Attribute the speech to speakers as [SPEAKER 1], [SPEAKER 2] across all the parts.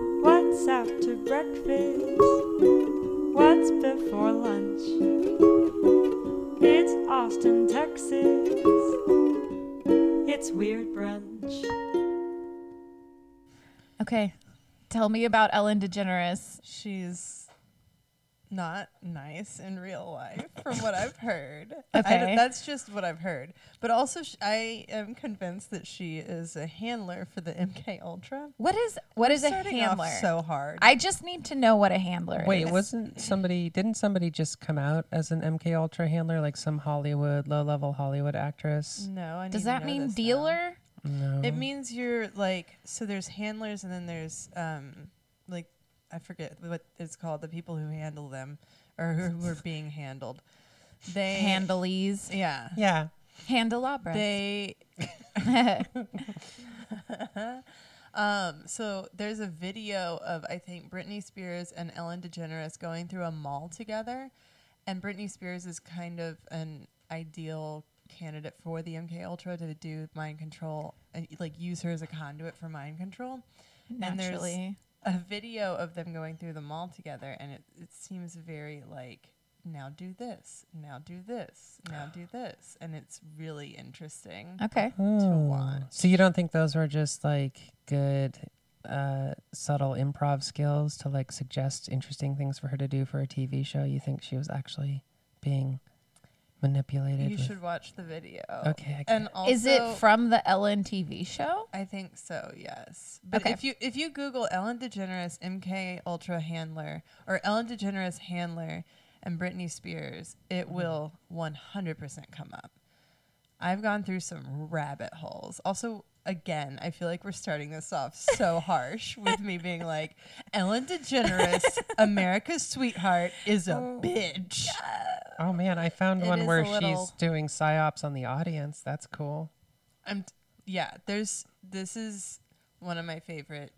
[SPEAKER 1] What's after breakfast? What's before lunch? It's Austin, Texas. It's Weird Brunch.
[SPEAKER 2] Okay. Tell me about Ellen DeGeneres.
[SPEAKER 3] She's not nice in real life, from what I've heard.
[SPEAKER 2] Okay.
[SPEAKER 3] I, that's just what I've heard. But also, sh- I am convinced that she is a handler for the MK Ultra.
[SPEAKER 2] What is what is a
[SPEAKER 3] Starting
[SPEAKER 2] handler?
[SPEAKER 3] Off so hard.
[SPEAKER 2] I just need to know what a handler is.
[SPEAKER 4] Wait, wasn't somebody? Didn't somebody just come out as an MK Ultra handler, like some Hollywood low-level Hollywood actress?
[SPEAKER 3] no, I need
[SPEAKER 2] Does
[SPEAKER 3] to
[SPEAKER 2] that
[SPEAKER 3] know
[SPEAKER 2] mean
[SPEAKER 3] this now.
[SPEAKER 2] dealer?
[SPEAKER 4] No.
[SPEAKER 3] It means you're like so. There's handlers, and then there's um like I forget what it's called. The people who handle them or who, who are being handled. They
[SPEAKER 2] Handleys.
[SPEAKER 3] Yeah.
[SPEAKER 4] yeah.
[SPEAKER 2] Handelabra.
[SPEAKER 3] They Um, so there's a video of I think Britney Spears and Ellen DeGeneres going through a mall together, and Britney Spears is kind of an ideal candidate for the MK Ultra to do mind control and like use her as a conduit for mind control. And there's
[SPEAKER 2] Naturally.
[SPEAKER 3] a video of them going through the mall together, and it, it seems very like now do this, now do this, now do this, and it's really interesting.
[SPEAKER 2] Okay.
[SPEAKER 3] To
[SPEAKER 4] Oh.
[SPEAKER 3] watch.
[SPEAKER 4] So you don't think those were just like good, uh, subtle improv skills to like suggest interesting things for her to do for a TV show? You think she was actually being manipulated?
[SPEAKER 3] You
[SPEAKER 4] with-
[SPEAKER 3] should watch the video.
[SPEAKER 4] Okay, I get
[SPEAKER 3] And also,
[SPEAKER 2] is it from the Ellen TV show?
[SPEAKER 3] I think so. Yes. But
[SPEAKER 2] Okay.
[SPEAKER 3] if you if you Google Ellen DeGeneres MK Ultra handler or Ellen DeGeneres handler and Britney Spears, it will 100% come up. I've gone through some rabbit holes. Also, again, I feel like we're starting this off so harsh with me being like, Ellen DeGeneres, America's sweetheart, is a bitch.
[SPEAKER 4] Oh man, I found
[SPEAKER 2] It
[SPEAKER 4] one
[SPEAKER 2] is
[SPEAKER 4] where
[SPEAKER 2] a little-
[SPEAKER 4] she's doing psyops on the audience. That's cool.
[SPEAKER 3] I'm t- yeah, there's this is one of my favorite.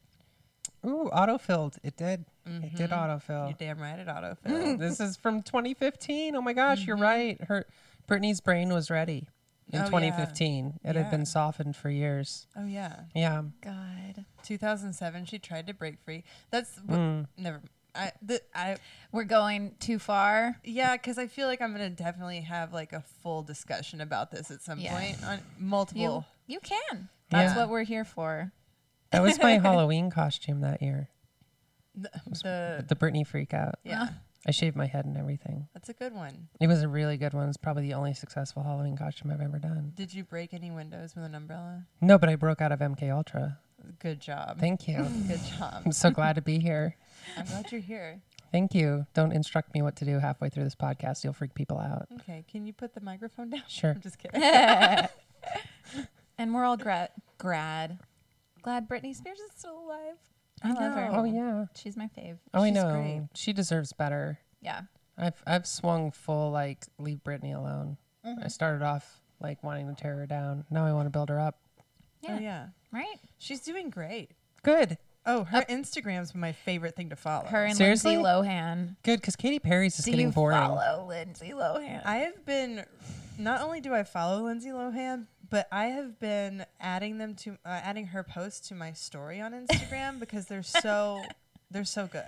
[SPEAKER 4] Ooh, autofilled. It did. It did autofill.
[SPEAKER 3] You're damn right at autofill.
[SPEAKER 4] this is from 2015. Oh my gosh, you're right. Her Brittany's brain was ready in
[SPEAKER 3] Mm-hmm. Oh, yeah.
[SPEAKER 4] 2015. It had
[SPEAKER 3] Yeah.
[SPEAKER 4] been softened for years.
[SPEAKER 3] oh yeah.
[SPEAKER 4] Yeah.
[SPEAKER 2] God.
[SPEAKER 3] 2007 she tried to break free. That's wh-
[SPEAKER 4] Hmm.
[SPEAKER 3] never I the, I
[SPEAKER 2] We're going too far.
[SPEAKER 3] yeah, cuz I feel like I'm going to definitely have like a full discussion about this at some
[SPEAKER 2] Yeah.
[SPEAKER 3] point on
[SPEAKER 2] You,
[SPEAKER 3] multiple
[SPEAKER 2] you can. That's
[SPEAKER 4] Yeah.
[SPEAKER 2] what we're here for.
[SPEAKER 4] That was my Halloween costume that year.
[SPEAKER 3] the
[SPEAKER 4] The Britney freak out.
[SPEAKER 3] yeah.
[SPEAKER 4] I shaved my head and everything.
[SPEAKER 3] That's a good one.
[SPEAKER 4] It was a really good one. It's probably the only successful Halloween costume I've ever done.
[SPEAKER 3] Did you break any windows with an umbrella?
[SPEAKER 4] No, but I broke out of MK Ultra.
[SPEAKER 3] Good job.
[SPEAKER 4] Thank you.
[SPEAKER 3] good job.
[SPEAKER 4] I'm so glad to be here.
[SPEAKER 3] I'm glad you're here.
[SPEAKER 4] Thank you. Don't instruct me what to do halfway through this podcast. You'll freak people out.
[SPEAKER 3] Okay, can you put the microphone down?
[SPEAKER 4] Sure.
[SPEAKER 3] I'm just kidding. Oh,
[SPEAKER 2] And we're all grad grad. Glad Britney Spears is still alive. I, love her.
[SPEAKER 4] Oh yeah.
[SPEAKER 2] She's my fave.
[SPEAKER 4] Oh, I
[SPEAKER 3] She's
[SPEAKER 4] know.
[SPEAKER 3] great.
[SPEAKER 4] She deserves better.
[SPEAKER 2] Yeah.
[SPEAKER 4] I've I've swung full like leave Britney alone.
[SPEAKER 2] Mm-hmm.
[SPEAKER 4] I started off like wanting to tear her down. Now I want to build her up.
[SPEAKER 2] Yeah.
[SPEAKER 3] Oh yeah.
[SPEAKER 2] Right?
[SPEAKER 3] She's doing great.
[SPEAKER 4] Good,
[SPEAKER 3] Oh, her Instagram's my favorite thing to follow.
[SPEAKER 2] Her and
[SPEAKER 4] Seriously?
[SPEAKER 2] Lindsay Lohan.
[SPEAKER 4] good, because Katy Perry's just
[SPEAKER 2] Do
[SPEAKER 4] getting
[SPEAKER 2] you
[SPEAKER 4] boring.
[SPEAKER 2] follow Lindsay Lohan?
[SPEAKER 3] I have been not only do I follow Lindsay Lohan, but I have been adding them to uh, adding her posts to my story on Instagram because they're so they're so good.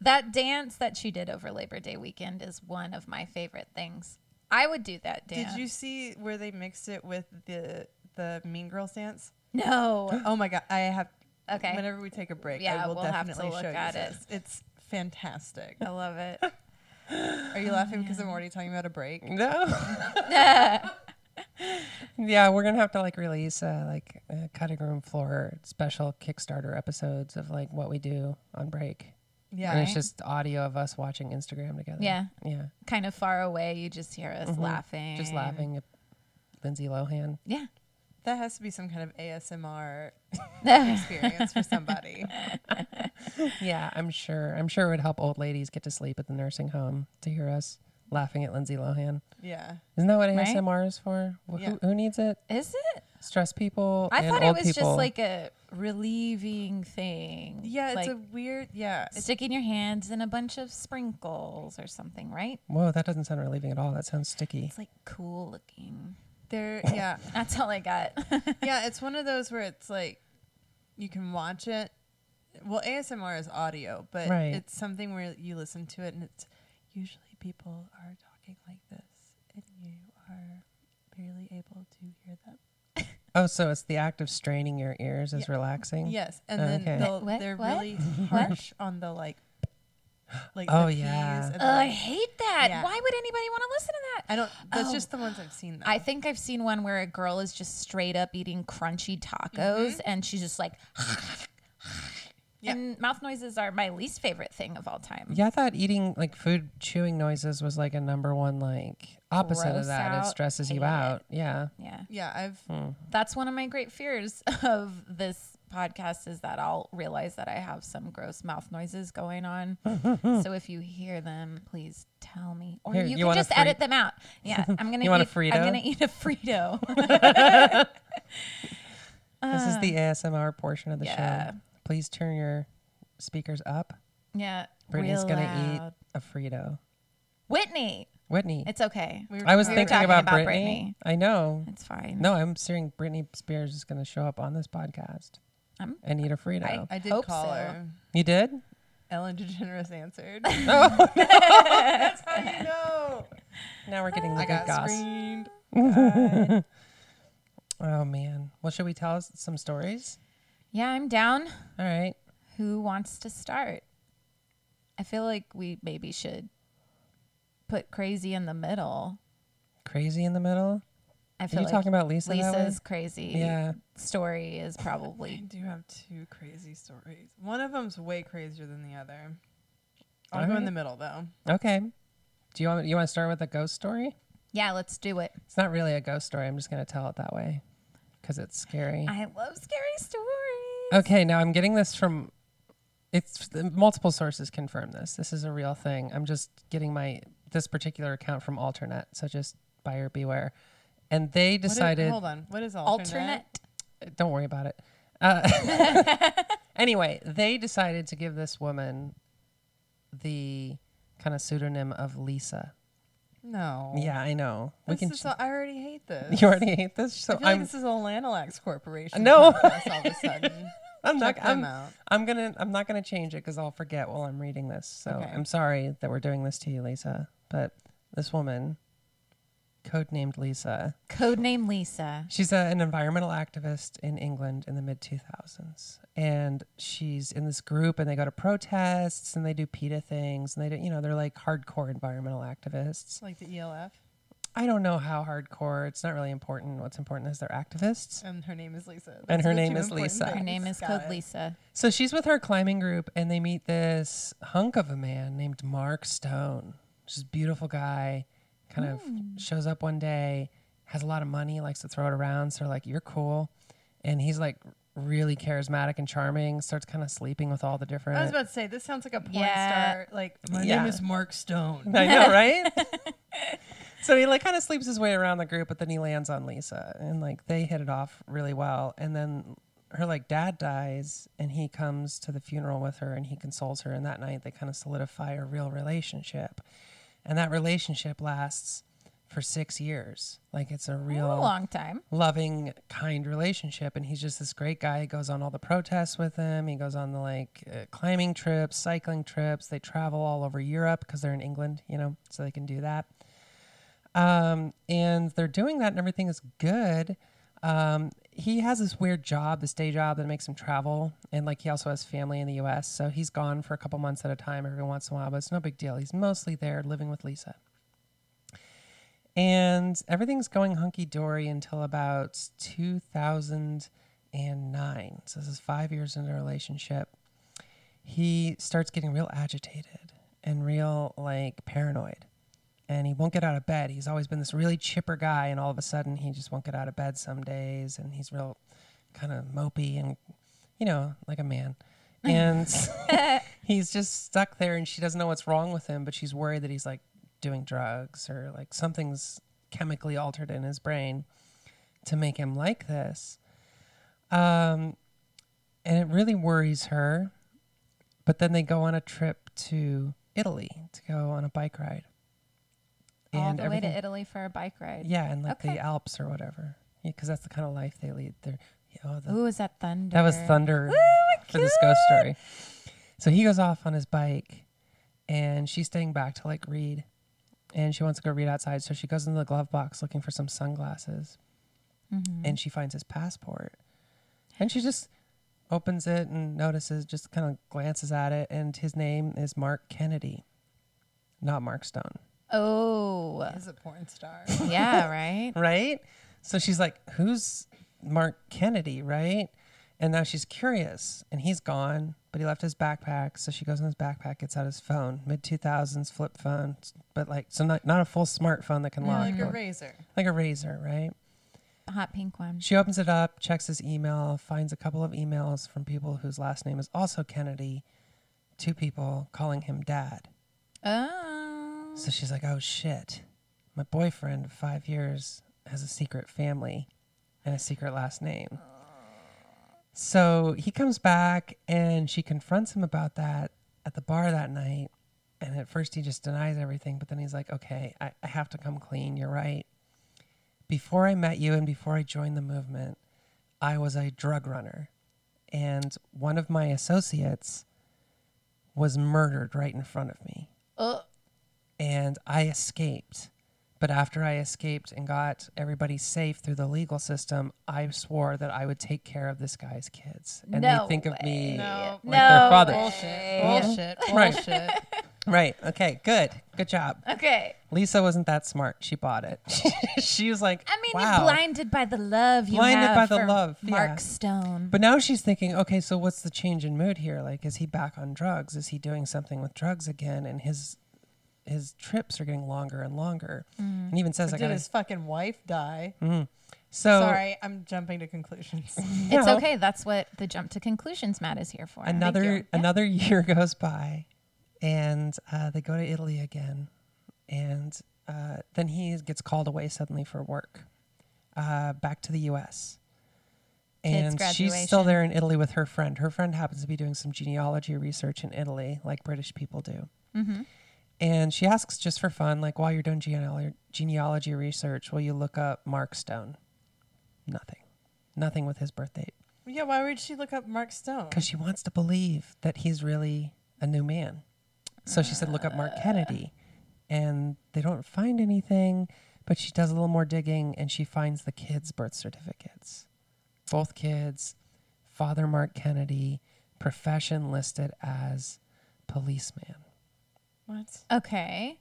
[SPEAKER 2] that dance that she did over Labor Day weekend is one of my favorite things. I would do that dance.
[SPEAKER 3] Did you see where they mixed it with the the Mean Girls dance?
[SPEAKER 2] No.
[SPEAKER 3] Oh my god, I have
[SPEAKER 2] Okay.
[SPEAKER 3] Whenever we take a break,
[SPEAKER 2] Yeah,
[SPEAKER 3] I will
[SPEAKER 2] we'll have to
[SPEAKER 3] definitely
[SPEAKER 2] look
[SPEAKER 3] show you
[SPEAKER 2] at it. Oh,
[SPEAKER 3] this. It's fantastic.
[SPEAKER 2] I love it.
[SPEAKER 3] Are you laughing because I'm already talking about a break?
[SPEAKER 4] No. yeah, we're gonna have to like release uh, like a cutting room floor special Kickstarter episodes of like what we do on break,
[SPEAKER 3] Yeah.
[SPEAKER 4] and it's just audio of us watching Instagram together.
[SPEAKER 2] eh? Yeah.
[SPEAKER 4] yeah,
[SPEAKER 2] Kind of far away, you just hear us laughing.
[SPEAKER 4] Mm-hmm. just laughing at Lindsay Lohan.
[SPEAKER 2] Yeah.
[SPEAKER 3] That has to be some kind of ASMR experience for somebody.
[SPEAKER 4] Yeah, I'm sure. I'm sure it would help old ladies get to sleep at the nursing home to hear us laughing at Lindsay Lohan.
[SPEAKER 3] Yeah.
[SPEAKER 4] Isn't that what
[SPEAKER 2] Right?
[SPEAKER 4] ASMR is for? Wh-
[SPEAKER 3] Yeah.
[SPEAKER 4] Who, who needs it?
[SPEAKER 2] Is it?
[SPEAKER 4] Stress people.
[SPEAKER 2] I
[SPEAKER 4] and
[SPEAKER 2] thought it
[SPEAKER 4] old
[SPEAKER 2] was
[SPEAKER 4] people.
[SPEAKER 2] just like a relieving thing.
[SPEAKER 3] Yeah, it's
[SPEAKER 2] like
[SPEAKER 3] a weird yeah.
[SPEAKER 2] sticking your hands in a bunch of sprinkles or something, right?
[SPEAKER 4] Whoa, that doesn't sound relieving at all. That sounds sticky.
[SPEAKER 2] It's like cool looking.
[SPEAKER 3] There, yeah,
[SPEAKER 2] That's all I got.
[SPEAKER 3] yeah. It's one of those where it's like you can watch it well, ASMR is audio, but
[SPEAKER 4] Right.
[SPEAKER 3] it's something where you listen to it, and it's usually people are talking like this, and you are barely able to hear them.
[SPEAKER 4] Oh, so it's the act of straining your ears is relaxing.
[SPEAKER 3] Yes, and
[SPEAKER 4] Okay.
[SPEAKER 3] then they'll,
[SPEAKER 2] What?
[SPEAKER 3] they're
[SPEAKER 2] What?
[SPEAKER 3] really harsh on the like, like
[SPEAKER 4] Oh,
[SPEAKER 3] the P's
[SPEAKER 4] yeah.
[SPEAKER 3] and the-
[SPEAKER 2] Ugh, I hate that.
[SPEAKER 3] Yeah.
[SPEAKER 2] Why would anybody want to listen to that?
[SPEAKER 3] I don't. That's
[SPEAKER 2] Oh.
[SPEAKER 3] just the ones I've seen. Though.
[SPEAKER 2] I think I've seen one where a girl is just straight up eating crunchy tacos and she's just like,
[SPEAKER 3] Yeah.
[SPEAKER 2] and mouth noises are my least favorite thing of all time.
[SPEAKER 4] Yeah, I thought eating like food chewing noises was like a number one like opposite
[SPEAKER 2] Gross
[SPEAKER 4] of that. It
[SPEAKER 2] out.
[SPEAKER 4] stresses you
[SPEAKER 2] Hate it.
[SPEAKER 4] out. Yeah.
[SPEAKER 2] Yeah.
[SPEAKER 3] yeah, I've
[SPEAKER 4] Hmm.
[SPEAKER 2] That's one of my great fears of this podcast is that I'll realize that I have some gross mouth noises going on. so if you hear them, please tell me. Or
[SPEAKER 4] Here,
[SPEAKER 2] you,
[SPEAKER 4] you
[SPEAKER 2] can
[SPEAKER 4] want a
[SPEAKER 2] just
[SPEAKER 4] Fri-
[SPEAKER 2] edit them out. Yeah. I'm gonna
[SPEAKER 4] You want a
[SPEAKER 2] eat, I'm
[SPEAKER 4] Frito?
[SPEAKER 2] gonna eat a Frito.
[SPEAKER 4] this is the ASMR portion of the
[SPEAKER 2] Uh. yeah.
[SPEAKER 4] show. Please turn your speakers up.
[SPEAKER 2] yeah.
[SPEAKER 4] Brittany's
[SPEAKER 2] real
[SPEAKER 4] gonna
[SPEAKER 2] loud.
[SPEAKER 4] eat a Frito.
[SPEAKER 2] Whitney.
[SPEAKER 4] Whitney.
[SPEAKER 2] It's okay.
[SPEAKER 3] we were
[SPEAKER 4] I was
[SPEAKER 3] we were
[SPEAKER 4] thinking
[SPEAKER 2] talking
[SPEAKER 4] about,
[SPEAKER 2] about
[SPEAKER 4] Brittany.
[SPEAKER 2] Britney.
[SPEAKER 4] I know.
[SPEAKER 2] It's fine.
[SPEAKER 4] No, I'm seeing Britney Spears is going to show up on this podcast
[SPEAKER 2] I'm-
[SPEAKER 4] and eat a Frito.
[SPEAKER 3] I did
[SPEAKER 2] Hope
[SPEAKER 3] call
[SPEAKER 2] so.
[SPEAKER 3] her.
[SPEAKER 4] you did?
[SPEAKER 3] Ellen DeGeneres answered.
[SPEAKER 4] Oh,
[SPEAKER 3] That's how you know.
[SPEAKER 4] now we're getting the
[SPEAKER 3] I got
[SPEAKER 4] good goss.
[SPEAKER 3] screened.
[SPEAKER 4] Oh man. Well, should we tell us some stories?
[SPEAKER 2] Yeah, I'm down.
[SPEAKER 4] All right.
[SPEAKER 2] Who wants to start? I feel like we maybe should put crazy in the middle.
[SPEAKER 4] Crazy in the middle.
[SPEAKER 2] I
[SPEAKER 4] Are
[SPEAKER 2] feel
[SPEAKER 4] you
[SPEAKER 2] like
[SPEAKER 4] talking about Lisa? that way?
[SPEAKER 2] Lisa's crazy
[SPEAKER 4] Yeah.
[SPEAKER 2] story is
[SPEAKER 3] I
[SPEAKER 2] probably
[SPEAKER 3] do have two crazy stories. One of them's way crazier than the other. I'll go in
[SPEAKER 4] Alright.
[SPEAKER 3] the middle though.
[SPEAKER 4] Okay. Do you want you want to start with a ghost story?
[SPEAKER 2] yeah. Let's do it.
[SPEAKER 4] It's not really a ghost story. I'm just going to tell it that way because it's scary.
[SPEAKER 2] I love scary stories.
[SPEAKER 4] Okay, now I'm getting this from it's multiple sources confirm this. This is a real thing. I'm just getting my this particular account from Alternet, so just buyer beware. And they
[SPEAKER 3] What is-
[SPEAKER 4] decided
[SPEAKER 3] hold on. What is alternate?
[SPEAKER 2] Alternate.
[SPEAKER 4] don't worry about it. Uh, anyway, they decided to give this woman the kind of pseudonym of Lisa.
[SPEAKER 3] No.
[SPEAKER 4] Yeah, I know. We
[SPEAKER 3] This
[SPEAKER 4] can
[SPEAKER 3] is all- I already hate this.
[SPEAKER 4] You already hate this,
[SPEAKER 3] I
[SPEAKER 4] so
[SPEAKER 3] feel like
[SPEAKER 4] I'm
[SPEAKER 3] this is a Lanolax Corporation.
[SPEAKER 4] No.
[SPEAKER 3] podcast All of a sudden.
[SPEAKER 4] I'm not
[SPEAKER 3] Check them
[SPEAKER 4] I'm,
[SPEAKER 3] out.
[SPEAKER 4] I'm gonna I'm not gonna change it because I'll forget while I'm reading this. So
[SPEAKER 3] Okay.
[SPEAKER 4] I'm sorry that we're doing this to you, Lisa. But this woman, codenamed Lisa,
[SPEAKER 2] Codename Lisa.
[SPEAKER 4] she's a, an environmental activist in England in the mid 2000s, and she's in this group, and they go to protests and they do PETA things, and they do you know they're like hardcore environmental activists.
[SPEAKER 3] It's like the E ELF,
[SPEAKER 4] I don't know how hardcore. It's not really important. What's important is they're activists.
[SPEAKER 3] and her name is Lisa.
[SPEAKER 4] And
[SPEAKER 3] Those
[SPEAKER 4] her
[SPEAKER 3] are the
[SPEAKER 4] name
[SPEAKER 3] two
[SPEAKER 4] is
[SPEAKER 3] important
[SPEAKER 4] Lisa.
[SPEAKER 3] things.
[SPEAKER 2] Her name is
[SPEAKER 3] Got
[SPEAKER 2] Code
[SPEAKER 3] it.
[SPEAKER 2] Lisa.
[SPEAKER 4] So she's with her climbing group, and they meet this hunk of a man named Mark Stone. Just a beautiful guy, kind
[SPEAKER 3] Hmm.
[SPEAKER 4] of shows up one day, has a lot of money, likes to throw it around. So they're like, "You're cool," and he's like really charismatic and charming. Starts kind of sleeping with all the different.
[SPEAKER 3] I was about to say this sounds like a porn
[SPEAKER 2] Yeah.
[SPEAKER 3] star. Like my
[SPEAKER 4] Yeah.
[SPEAKER 3] name is Mark Stone.
[SPEAKER 4] I know, right? so he like kind of sleeps his way around the group, but then he lands on Lisa, and like they hit it off really well. And then her like dad dies, and he comes to the funeral with her, and he consoles her. And that night, they kind of solidify a real relationship, and that relationship lasts for six years. Like it's a
[SPEAKER 2] A
[SPEAKER 4] real
[SPEAKER 2] long time.
[SPEAKER 4] loving, kind relationship. And he's just this great guy. He goes on all the protests with him. He goes on the like uh, climbing trips, cycling trips. They travel all over Europe because they're in England, you know, so they can do that. Um, and they're doing that, and everything is good. Um, he has this weird job, this day job that makes him travel, and like he also has family in the U.S., so he's gone for a couple months at a time every once in a while, but it's no big deal. He's mostly there living with Lisa and everything's going hunky dory until about 2009. So this is five years into a relationship. He starts getting real agitated and real like paranoid, and he won't get out of bed. He's always been this really chipper guy, and all of a sudden he just won't get out of bed some days, and he's real kind of mopey and you know like a man. And he's just stuck there, and she doesn't know what's wrong with him, but she's worried that he's like doing drugs or like something's chemically altered in his brain to make him like this. Um, and it really worries her. But then they go on a trip to Italy to go on a bike ride.
[SPEAKER 2] All the way
[SPEAKER 4] everything-
[SPEAKER 2] to Italy for a bike ride.
[SPEAKER 4] Yeah, and like
[SPEAKER 2] Okay.
[SPEAKER 4] the Alps or whatever. Because that's the kind of life they lead. They're, you know, the,
[SPEAKER 2] Ooh, is that thunder?
[SPEAKER 4] that was thunder. for this ghost story. So he goes off on his bike, and she's staying back to like read, and she wants to go read outside. So she goes into the glove box looking for some sunglasses,
[SPEAKER 2] Mm-hmm.
[SPEAKER 4] and she finds his passport, and she just opens it and notices, just kind of glances at it, and his name is Mark Kennedy, not Mark Stone.
[SPEAKER 2] Oh,
[SPEAKER 3] He's a porn star.
[SPEAKER 2] yeah, right?
[SPEAKER 4] right? So she's like, "Who's Mark Kennedy?" Right? And now she's curious, and he's gone, but he left his backpack. So she goes in his backpack, gets out his phone, mid two thousands flip phone, but like so not not a full smartphone that can
[SPEAKER 3] Yeah,
[SPEAKER 4] lock,
[SPEAKER 3] like a
[SPEAKER 4] but
[SPEAKER 3] razor.
[SPEAKER 4] like a razor, right?
[SPEAKER 2] Hot pink one.
[SPEAKER 4] She opens it up, checks his email, finds a couple of emails from people whose last name is also Kennedy, two people calling him dad.
[SPEAKER 2] Oh.
[SPEAKER 4] So she's like, "Oh shit, my boyfriend of five years has a secret family and a secret last name." So he comes back and she confronts him about that at the bar that night. And at first he just denies everything, but then he's like, "Okay, I, I have to come clean. You're right. Before I met you and before I joined the movement, I was a drug runner, and one of my associates was murdered right in front of me."
[SPEAKER 2] Oh.
[SPEAKER 4] and I escaped. But after I escaped and got everybody safe through the legal system, I swore that I would take care of this guy's kids. And
[SPEAKER 2] No
[SPEAKER 4] they think of me.
[SPEAKER 3] No.
[SPEAKER 4] Like their
[SPEAKER 2] No
[SPEAKER 4] father.
[SPEAKER 3] Bullshit.
[SPEAKER 2] way.
[SPEAKER 3] Bullshit.
[SPEAKER 4] Right.
[SPEAKER 3] Bullshit.
[SPEAKER 4] Right. Okay. Good. Good job.
[SPEAKER 2] Okay.
[SPEAKER 4] Lisa wasn't that smart. She bought it. she was like,
[SPEAKER 2] I mean,
[SPEAKER 4] wow.
[SPEAKER 2] you're blinded by the love you
[SPEAKER 4] Blinded
[SPEAKER 2] have
[SPEAKER 4] by the
[SPEAKER 2] for
[SPEAKER 4] love,
[SPEAKER 2] Mark
[SPEAKER 4] yeah.
[SPEAKER 2] Stone.
[SPEAKER 4] But now she's thinking, okay, so what's the change in mood here? Like, is he back on drugs? Is he doing something with drugs again? And his his trips are getting longer and longer.
[SPEAKER 2] Mm.
[SPEAKER 4] And even says, I
[SPEAKER 3] Did
[SPEAKER 4] got
[SPEAKER 3] his
[SPEAKER 4] to.
[SPEAKER 3] fucking wife die?
[SPEAKER 4] So
[SPEAKER 3] Sorry, I'm jumping to conclusions.
[SPEAKER 2] it's
[SPEAKER 4] No.
[SPEAKER 2] okay. That's what the jump to conclusions Matt is here for.
[SPEAKER 4] another
[SPEAKER 2] Yeah.
[SPEAKER 4] another year goes by and uh, they go to italy again and uh, then he gets called away suddenly for work uh, back to the us
[SPEAKER 2] Kids'
[SPEAKER 4] and she's still
[SPEAKER 2] graduation.
[SPEAKER 4] there in italy with her friend her friend happens to be doing some genealogy research in italy like british people do
[SPEAKER 2] Mm-hmm.
[SPEAKER 4] and she asks just for fun like while you're doing genealogy, genealogy research will you look up mark stone nothing nothing with his birth date
[SPEAKER 3] yeah, why would she look up Mark Stone?
[SPEAKER 4] because she wants to believe that he's really a new man. So she said, look up Mark Kennedy. And they don't find anything, but she does a little more digging and she finds the kids' birth certificates. Both kids, father Mark Kennedy, profession listed as policeman.
[SPEAKER 3] What?
[SPEAKER 2] Okay.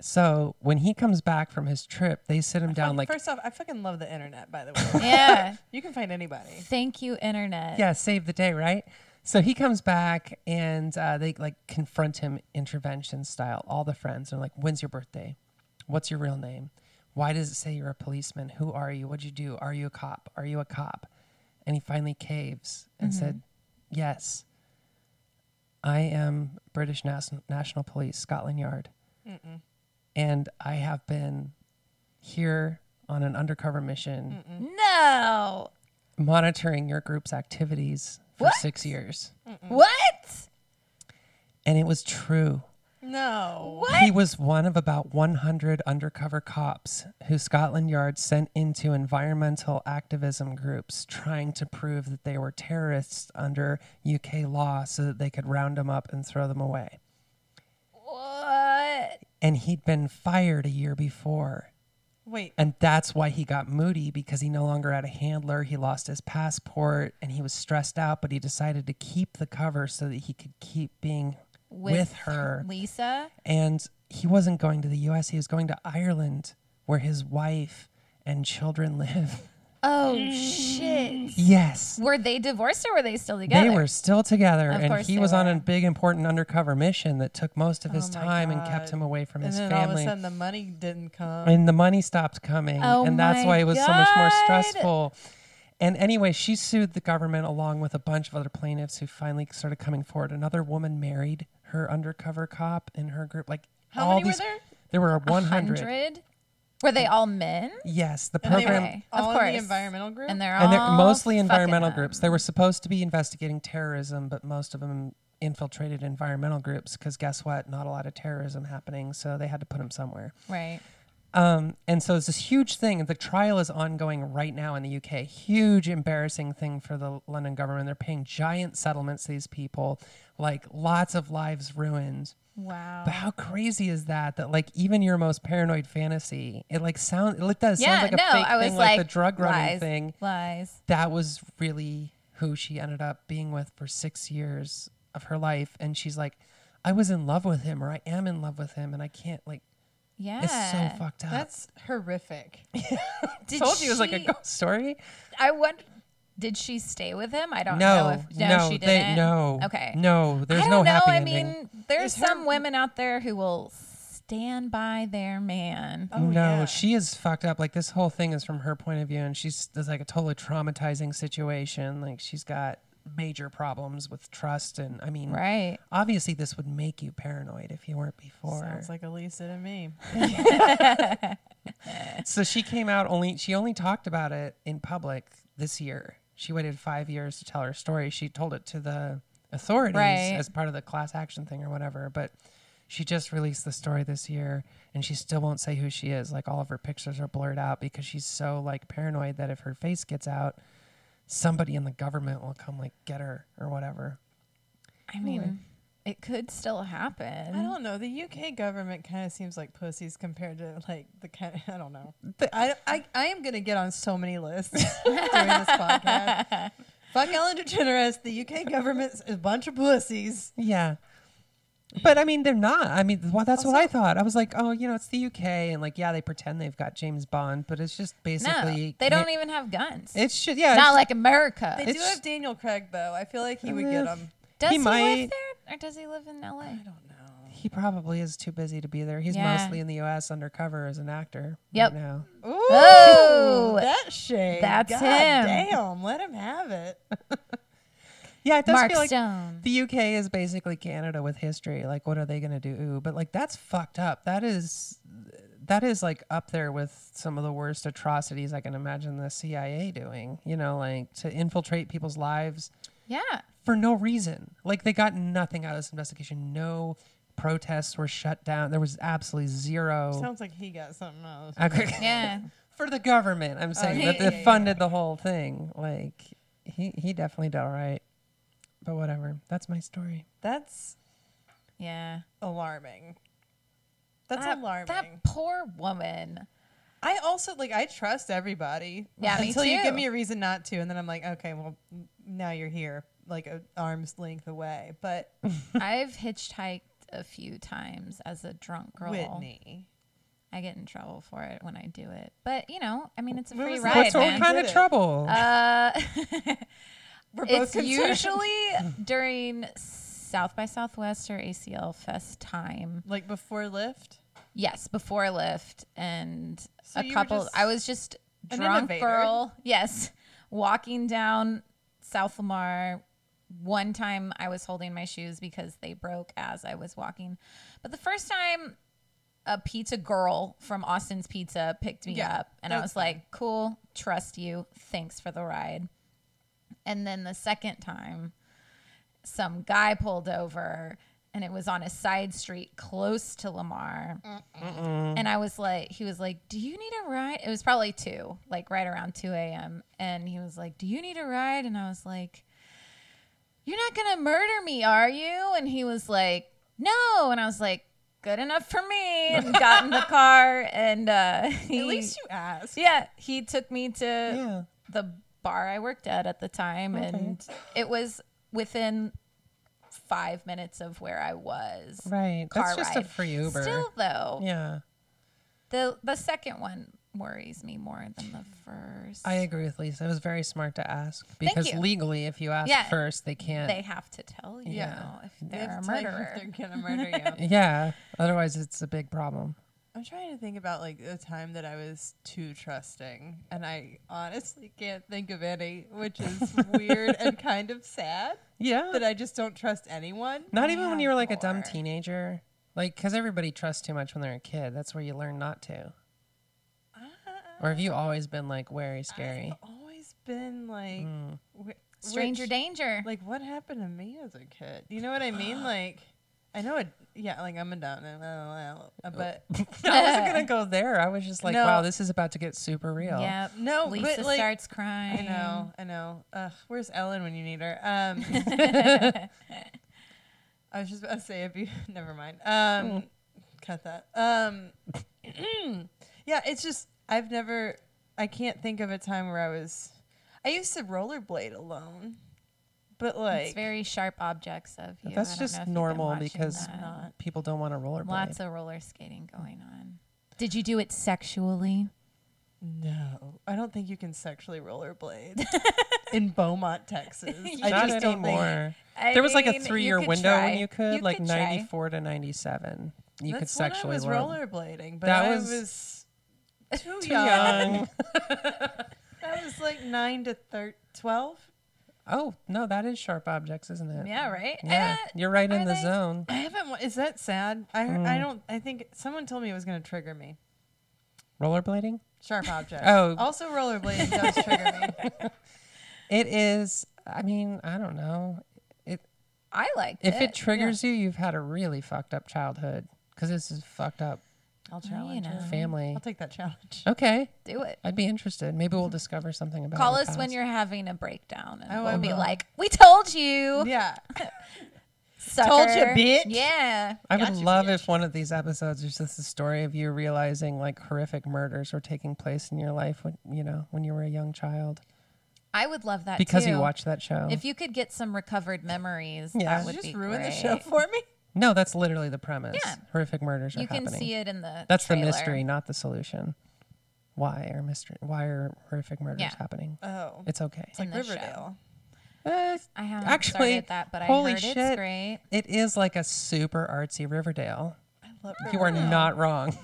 [SPEAKER 4] So when he comes back from his trip, they sit him down
[SPEAKER 3] Fuck,
[SPEAKER 4] like,
[SPEAKER 3] First off, I fucking love the internet, by the way.
[SPEAKER 2] Yeah.
[SPEAKER 3] you can find anybody.
[SPEAKER 2] Thank you, internet.
[SPEAKER 4] yeah, save the day, right? So he comes back and uh, they like confront him intervention style. All the friends are like, "When's your birthday? What's your real name? Why does it say you're a policeman? Who are you? What'd you do? Are you a cop? Are you a cop?" And he finally caves and said, "Yes, I am British Nas- National Police, Scotland Yard, and I have been here on an undercover mission."
[SPEAKER 2] No.
[SPEAKER 4] monitoring your group's activities for
[SPEAKER 2] What?
[SPEAKER 4] six years.
[SPEAKER 2] What?
[SPEAKER 4] And it was true.
[SPEAKER 3] No.
[SPEAKER 4] He was one of about 100 undercover cops who Scotland Yard sent into environmental activism groups trying to prove that they were terrorists under UK law so that they could round them up and throw them away.
[SPEAKER 2] What?
[SPEAKER 4] And he'd been fired a year before.
[SPEAKER 3] Wait.
[SPEAKER 4] And that's why he got moody because he no longer had a handler. He lost his passport and he was stressed out, but he decided to keep the cover so that he could keep being with, her.
[SPEAKER 2] Lisa.
[SPEAKER 4] And he wasn't going to the US, he was going to Ireland where his wife and children live.
[SPEAKER 2] Oh shit.
[SPEAKER 4] Mm. yes.
[SPEAKER 2] Were they divorced or were they still together?
[SPEAKER 4] They were still together,
[SPEAKER 2] Of
[SPEAKER 4] and
[SPEAKER 2] course
[SPEAKER 4] he
[SPEAKER 2] they
[SPEAKER 4] was on a
[SPEAKER 2] were.
[SPEAKER 4] big, important undercover mission that took most of his
[SPEAKER 3] Oh my
[SPEAKER 4] time and kept
[SPEAKER 3] God.
[SPEAKER 4] him away from
[SPEAKER 3] And
[SPEAKER 4] his
[SPEAKER 3] then all of a
[SPEAKER 4] family.
[SPEAKER 3] sudden the money didn't come.
[SPEAKER 4] and the money stopped coming
[SPEAKER 2] Oh
[SPEAKER 4] and that's
[SPEAKER 2] my
[SPEAKER 4] why it was so much more
[SPEAKER 2] God.
[SPEAKER 4] stressful and anyway she sued the government along with a bunch of other plaintiffs who finally started coming forward another woman married her undercover cop in her group like
[SPEAKER 3] How
[SPEAKER 4] all
[SPEAKER 3] many were
[SPEAKER 4] these
[SPEAKER 3] there?
[SPEAKER 4] there were 100,
[SPEAKER 2] 100? Were they all men?
[SPEAKER 4] yes the
[SPEAKER 3] And they were
[SPEAKER 4] program
[SPEAKER 2] Okay, of
[SPEAKER 3] all in
[SPEAKER 2] course.
[SPEAKER 3] the environmental group.
[SPEAKER 2] And they're all
[SPEAKER 4] and they're mostly
[SPEAKER 2] Oh, fucking
[SPEAKER 4] environmental
[SPEAKER 2] them.
[SPEAKER 4] groups they were supposed to be investigating terrorism but most of them infiltrated environmental groups because guess what not a lot of terrorism happening so they had to put them somewhere
[SPEAKER 2] Right.
[SPEAKER 4] Um, and so it's this huge thing. The trial is ongoing right now in the UK. Huge, embarrassing thing for the London government. They're paying giant settlements to these people, like lots of lives ruined.
[SPEAKER 2] Wow.
[SPEAKER 4] But how crazy is that? That like even your most paranoid fantasy, it like sounds, it does
[SPEAKER 2] yeah,
[SPEAKER 4] sounds like a
[SPEAKER 2] no,
[SPEAKER 4] fake
[SPEAKER 2] I was
[SPEAKER 4] thing,
[SPEAKER 2] like,
[SPEAKER 4] like, the drug running
[SPEAKER 2] lies,
[SPEAKER 4] thing.
[SPEAKER 2] Lies.
[SPEAKER 4] That was really who she ended up being with for six years of her life, and she's like, I was in love with him, or I am in love with him, and I can't like.
[SPEAKER 2] Yeah.
[SPEAKER 4] It's so fucked up.
[SPEAKER 3] That's horrific.
[SPEAKER 2] Did
[SPEAKER 4] told you it was like a
[SPEAKER 2] she-
[SPEAKER 4] ghost story.
[SPEAKER 2] I went. Did she stay with him? I don't
[SPEAKER 4] No,
[SPEAKER 2] know. If,
[SPEAKER 4] no,
[SPEAKER 2] she
[SPEAKER 4] they-
[SPEAKER 2] didn't.
[SPEAKER 4] no,
[SPEAKER 2] Okay.
[SPEAKER 4] no, there's
[SPEAKER 2] I
[SPEAKER 4] no
[SPEAKER 2] don't know.
[SPEAKER 4] happy
[SPEAKER 2] I
[SPEAKER 4] ending.
[SPEAKER 2] mean, there's
[SPEAKER 3] Is her-
[SPEAKER 2] some women out there who will stand by their man.
[SPEAKER 3] Oh,
[SPEAKER 4] no,
[SPEAKER 3] yeah.
[SPEAKER 4] she is fucked up. Like this whole thing is from her point of view, and she's there's like a totally traumatizing situation. Like she's got major problems with trust, and I mean,
[SPEAKER 2] Right.
[SPEAKER 4] obviously this would make you paranoid if you weren't before.
[SPEAKER 3] Sounds like Elisa to me.
[SPEAKER 4] so she came out only she only talked about it in public this year she waited five years to tell her story she told it to the authorities
[SPEAKER 2] Right.
[SPEAKER 4] as part of the class action thing or whatever but she just released the story this year and she still won't say who she is like all of her pictures are blurred out because she's so like paranoid that if her face gets out somebody in the government will come like get her or whatever
[SPEAKER 2] I mean, it could still happen.
[SPEAKER 3] I don't know. The UK government kind of seems like pussies compared to like the kind. I don't know. I, I I am gonna get on so many lists during this podcast. Fuck Ellen DeGeneres. The UK government's a bunch of pussies.
[SPEAKER 4] Yeah. But I mean, they're not. I mean, well, that's what
[SPEAKER 3] Also-
[SPEAKER 4] I thought. I was like, oh, you know, it's the UK, and like, yeah, they pretend they've got James Bond, but it's just basically
[SPEAKER 2] no, they don't even have guns.
[SPEAKER 4] It's just yeah.
[SPEAKER 2] Not
[SPEAKER 4] it's-
[SPEAKER 2] like America.
[SPEAKER 3] They do
[SPEAKER 4] It's-
[SPEAKER 3] have Daniel Craig though. I feel like he would get them.
[SPEAKER 2] does
[SPEAKER 4] he
[SPEAKER 2] he,
[SPEAKER 4] might-
[SPEAKER 2] live there, or does he live in L.A.?
[SPEAKER 4] he probably is too busy to be there. He's
[SPEAKER 2] Yeah.
[SPEAKER 4] mostly in the U.S. undercover as an actor.
[SPEAKER 2] Yep.
[SPEAKER 4] Right now.
[SPEAKER 3] Ooh,
[SPEAKER 2] Oh,
[SPEAKER 3] that shade.
[SPEAKER 2] that's
[SPEAKER 3] God
[SPEAKER 2] him.
[SPEAKER 3] Damn, let him have it.
[SPEAKER 4] Yeah, it does
[SPEAKER 2] Mark
[SPEAKER 4] feel like
[SPEAKER 2] Stone.
[SPEAKER 4] the UK is basically Canada with history. Like, what are they gonna do? Ooh, but like, that's fucked up. That is, that is like up there with some of the worst atrocities I can imagine the CIA doing. You know, like to infiltrate people's lives
[SPEAKER 2] yeah.
[SPEAKER 4] for no reason. Like they got nothing out of this investigation. No protests were shut down. There was absolutely zero.
[SPEAKER 3] Sounds like he got something else.
[SPEAKER 2] Yeah.
[SPEAKER 4] for the government, I'm saying
[SPEAKER 2] Oh, yeah,
[SPEAKER 4] that
[SPEAKER 2] yeah,
[SPEAKER 4] they funded the whole thing. Like he he definitely did all right. But whatever. That's my story.
[SPEAKER 3] That's
[SPEAKER 2] Yeah.
[SPEAKER 3] alarming. That's
[SPEAKER 2] that,
[SPEAKER 3] alarming.
[SPEAKER 2] That poor woman.
[SPEAKER 3] I also like I trust everybody.
[SPEAKER 2] Yeah, me
[SPEAKER 3] until you give
[SPEAKER 2] too.
[SPEAKER 3] me a reason not to, and then I'm like, okay, well, n- now you're here, like a arm's length away. But
[SPEAKER 2] I've hitchhiked a few times as a drunk girl.
[SPEAKER 3] Whitney,
[SPEAKER 2] I get in trouble for it when I do it. But, you know, I mean, it's a
[SPEAKER 3] What
[SPEAKER 2] free
[SPEAKER 3] was-
[SPEAKER 2] ride.
[SPEAKER 3] Right,
[SPEAKER 4] What's
[SPEAKER 3] so
[SPEAKER 4] what
[SPEAKER 2] man.
[SPEAKER 3] man.
[SPEAKER 4] kind
[SPEAKER 3] Did
[SPEAKER 4] of
[SPEAKER 3] it.
[SPEAKER 4] trouble?
[SPEAKER 2] Uh,
[SPEAKER 3] we're both
[SPEAKER 2] it's
[SPEAKER 3] concerned.
[SPEAKER 2] usually during South by Southwest or ACL Fest time.
[SPEAKER 3] like before Lyft.
[SPEAKER 2] Yes, before Lyft and
[SPEAKER 3] So you
[SPEAKER 2] a
[SPEAKER 3] were
[SPEAKER 2] couple.
[SPEAKER 3] just
[SPEAKER 2] I was just
[SPEAKER 3] an
[SPEAKER 2] drunk
[SPEAKER 3] innovator.
[SPEAKER 2] girl. Yes, walking down South Lamar. One time I was holding my shoes because they broke as I was walking. But the first time a pizza girl from Austin's Pizza picked me
[SPEAKER 3] Yeah,
[SPEAKER 2] up and I
[SPEAKER 3] that's
[SPEAKER 2] was
[SPEAKER 3] fine.
[SPEAKER 2] like, cool, trust you. Thanks for the ride. And then the second time, some guy pulled over and it was on a side street close to Lamar.
[SPEAKER 4] Mm-hmm.
[SPEAKER 2] And I was like, he was like, Do you need a ride? It was probably two, like right around 2 a.m. And he was like, Do you need a ride? And I was like, You're not going to murder me, are you? And he was like, No. And I was like, Good enough for me. And got in the car. And uh, he,
[SPEAKER 3] At least you asked.
[SPEAKER 2] yeah, he took me to
[SPEAKER 4] Yeah.
[SPEAKER 2] the bar I worked at at the time, and it was within five minutes of where I was.
[SPEAKER 4] right.
[SPEAKER 2] car
[SPEAKER 4] That's just
[SPEAKER 2] ride.
[SPEAKER 4] a free Uber.
[SPEAKER 2] Still, though,
[SPEAKER 4] yeah.
[SPEAKER 2] the the second one worries me more than the first.
[SPEAKER 4] I agree with Lisa. It was very smart to ask because
[SPEAKER 2] you.
[SPEAKER 4] legally, if you ask
[SPEAKER 2] Yeah.
[SPEAKER 4] first, they can't.
[SPEAKER 2] they have to tell you
[SPEAKER 4] Yeah.
[SPEAKER 2] if
[SPEAKER 3] They
[SPEAKER 2] they're
[SPEAKER 3] have
[SPEAKER 2] a
[SPEAKER 3] to tell you if
[SPEAKER 2] murderer.
[SPEAKER 3] they're gonna murder you.
[SPEAKER 4] yeah. Otherwise, it's a big problem.
[SPEAKER 3] I'm trying to think about like the time that I was too trusting, and I honestly can't think of any, which is weird and kind of sad
[SPEAKER 4] Yeah.
[SPEAKER 3] that I just don't trust anyone.
[SPEAKER 4] Not even when you were like a
[SPEAKER 2] more.
[SPEAKER 4] dumb teenager. Like, because everybody trusts too much when they're a kid. That's where you learn not to.
[SPEAKER 2] Uh,
[SPEAKER 4] Or have you always been like wary, scary?
[SPEAKER 3] I've always been like wh-
[SPEAKER 2] Mm. Stranger
[SPEAKER 3] which-
[SPEAKER 2] danger.
[SPEAKER 3] Like what happened to me as a kid? You know what I mean? Like I know it. Yeah, like I'm a dumb, but
[SPEAKER 4] I wasn't gonna go there. I was just like,
[SPEAKER 3] No.
[SPEAKER 4] wow, this is about to get super real.
[SPEAKER 2] Yep.
[SPEAKER 3] No,
[SPEAKER 2] Lisa
[SPEAKER 3] but, like,
[SPEAKER 2] starts crying.
[SPEAKER 3] I know, I know. Ugh, where's Ellen when you need her? Um, I was just about to say if you never mind. Um, cut that. Um, yeah, it's just I've never. I can't think of a time where I was. I used to rollerblade alone, but like
[SPEAKER 2] it's very sharp objects of you. I
[SPEAKER 4] That's
[SPEAKER 2] don't know
[SPEAKER 4] just
[SPEAKER 2] if you've been
[SPEAKER 4] normal
[SPEAKER 2] watching
[SPEAKER 4] because
[SPEAKER 2] that.
[SPEAKER 4] people don't want to rollerblade.
[SPEAKER 2] lots of roller skating going on. Did you do it sexually?
[SPEAKER 3] no, I don't think you can sexually rollerblade in Beaumont, Texas. I
[SPEAKER 4] Not
[SPEAKER 3] just don't think-
[SPEAKER 4] anymore. there was like a three-year window when you could, like ninety-four to ninety-seven. You could
[SPEAKER 3] That's when
[SPEAKER 4] sexually
[SPEAKER 3] I was
[SPEAKER 4] roller.
[SPEAKER 3] rollerblading, but
[SPEAKER 4] That
[SPEAKER 3] I
[SPEAKER 4] was-
[SPEAKER 3] was too,
[SPEAKER 4] Too
[SPEAKER 3] young.
[SPEAKER 4] young.
[SPEAKER 3] I was like nine to thir- twelve.
[SPEAKER 4] oh no, that is sharp objects, isn't it?
[SPEAKER 2] Yeah, right?
[SPEAKER 4] Yeah,
[SPEAKER 2] Uh,
[SPEAKER 4] you're right
[SPEAKER 2] are
[SPEAKER 4] in the
[SPEAKER 2] they-
[SPEAKER 4] zone.
[SPEAKER 3] I haven't. wa- Is that sad? I heard, I don't. I think someone told me it was going to trigger me.
[SPEAKER 4] Rollerblading.
[SPEAKER 3] Sharp objects.
[SPEAKER 4] Oh.
[SPEAKER 3] also rollerblading does trigger me.
[SPEAKER 4] It is. I mean, I don't know. It
[SPEAKER 2] I liked
[SPEAKER 4] if
[SPEAKER 2] it.
[SPEAKER 4] it triggers you, you've had a really fucked up childhood because this is fucked up
[SPEAKER 3] I'll
[SPEAKER 2] Well, you
[SPEAKER 3] challenge.
[SPEAKER 2] know.
[SPEAKER 3] her.
[SPEAKER 4] family.
[SPEAKER 3] I'll take that challenge.
[SPEAKER 4] Okay,
[SPEAKER 2] do it.
[SPEAKER 4] I'd be interested. Maybe we'll discover something about.
[SPEAKER 2] Call
[SPEAKER 4] our
[SPEAKER 2] us when
[SPEAKER 4] past.
[SPEAKER 2] you're having a breakdown, and
[SPEAKER 3] Oh, I
[SPEAKER 2] we'll be
[SPEAKER 3] will.
[SPEAKER 2] like, "We told you,
[SPEAKER 3] Yeah.
[SPEAKER 2] sucker.
[SPEAKER 3] Told ya, bitch.
[SPEAKER 2] Yeah,
[SPEAKER 4] I would love if one of these episodes is just the story of you realizing like horrific murders were taking place in your life when you know when you were a young child
[SPEAKER 2] I would love that
[SPEAKER 4] because you
[SPEAKER 2] too.
[SPEAKER 4] watched that show.
[SPEAKER 2] If you could get some recovered memories,
[SPEAKER 4] Yeah.
[SPEAKER 2] that
[SPEAKER 4] Did
[SPEAKER 2] would
[SPEAKER 3] Did you just
[SPEAKER 2] be
[SPEAKER 3] ruin
[SPEAKER 2] great.
[SPEAKER 3] the show for me.
[SPEAKER 4] no, that's literally the premise.
[SPEAKER 2] Yeah.
[SPEAKER 4] Horrific murders are
[SPEAKER 2] You can
[SPEAKER 4] happening.
[SPEAKER 2] see it in the
[SPEAKER 4] that's
[SPEAKER 2] trailer.
[SPEAKER 4] the mystery, not the solution. Why are mystery? Why are horrific murders
[SPEAKER 2] Yeah. Uh,
[SPEAKER 4] happening?
[SPEAKER 3] Oh,
[SPEAKER 4] It's okay.
[SPEAKER 2] in the show.
[SPEAKER 3] Riverdale.
[SPEAKER 4] Eh,
[SPEAKER 2] I haven't
[SPEAKER 4] Actually,
[SPEAKER 2] started that, but I
[SPEAKER 4] holy
[SPEAKER 2] heard it's
[SPEAKER 4] shit.
[SPEAKER 2] great.
[SPEAKER 4] it is like a super artsy Riverdale.
[SPEAKER 3] I love
[SPEAKER 4] You
[SPEAKER 3] Riverdale.
[SPEAKER 4] are
[SPEAKER 2] Oh.
[SPEAKER 4] not wrong.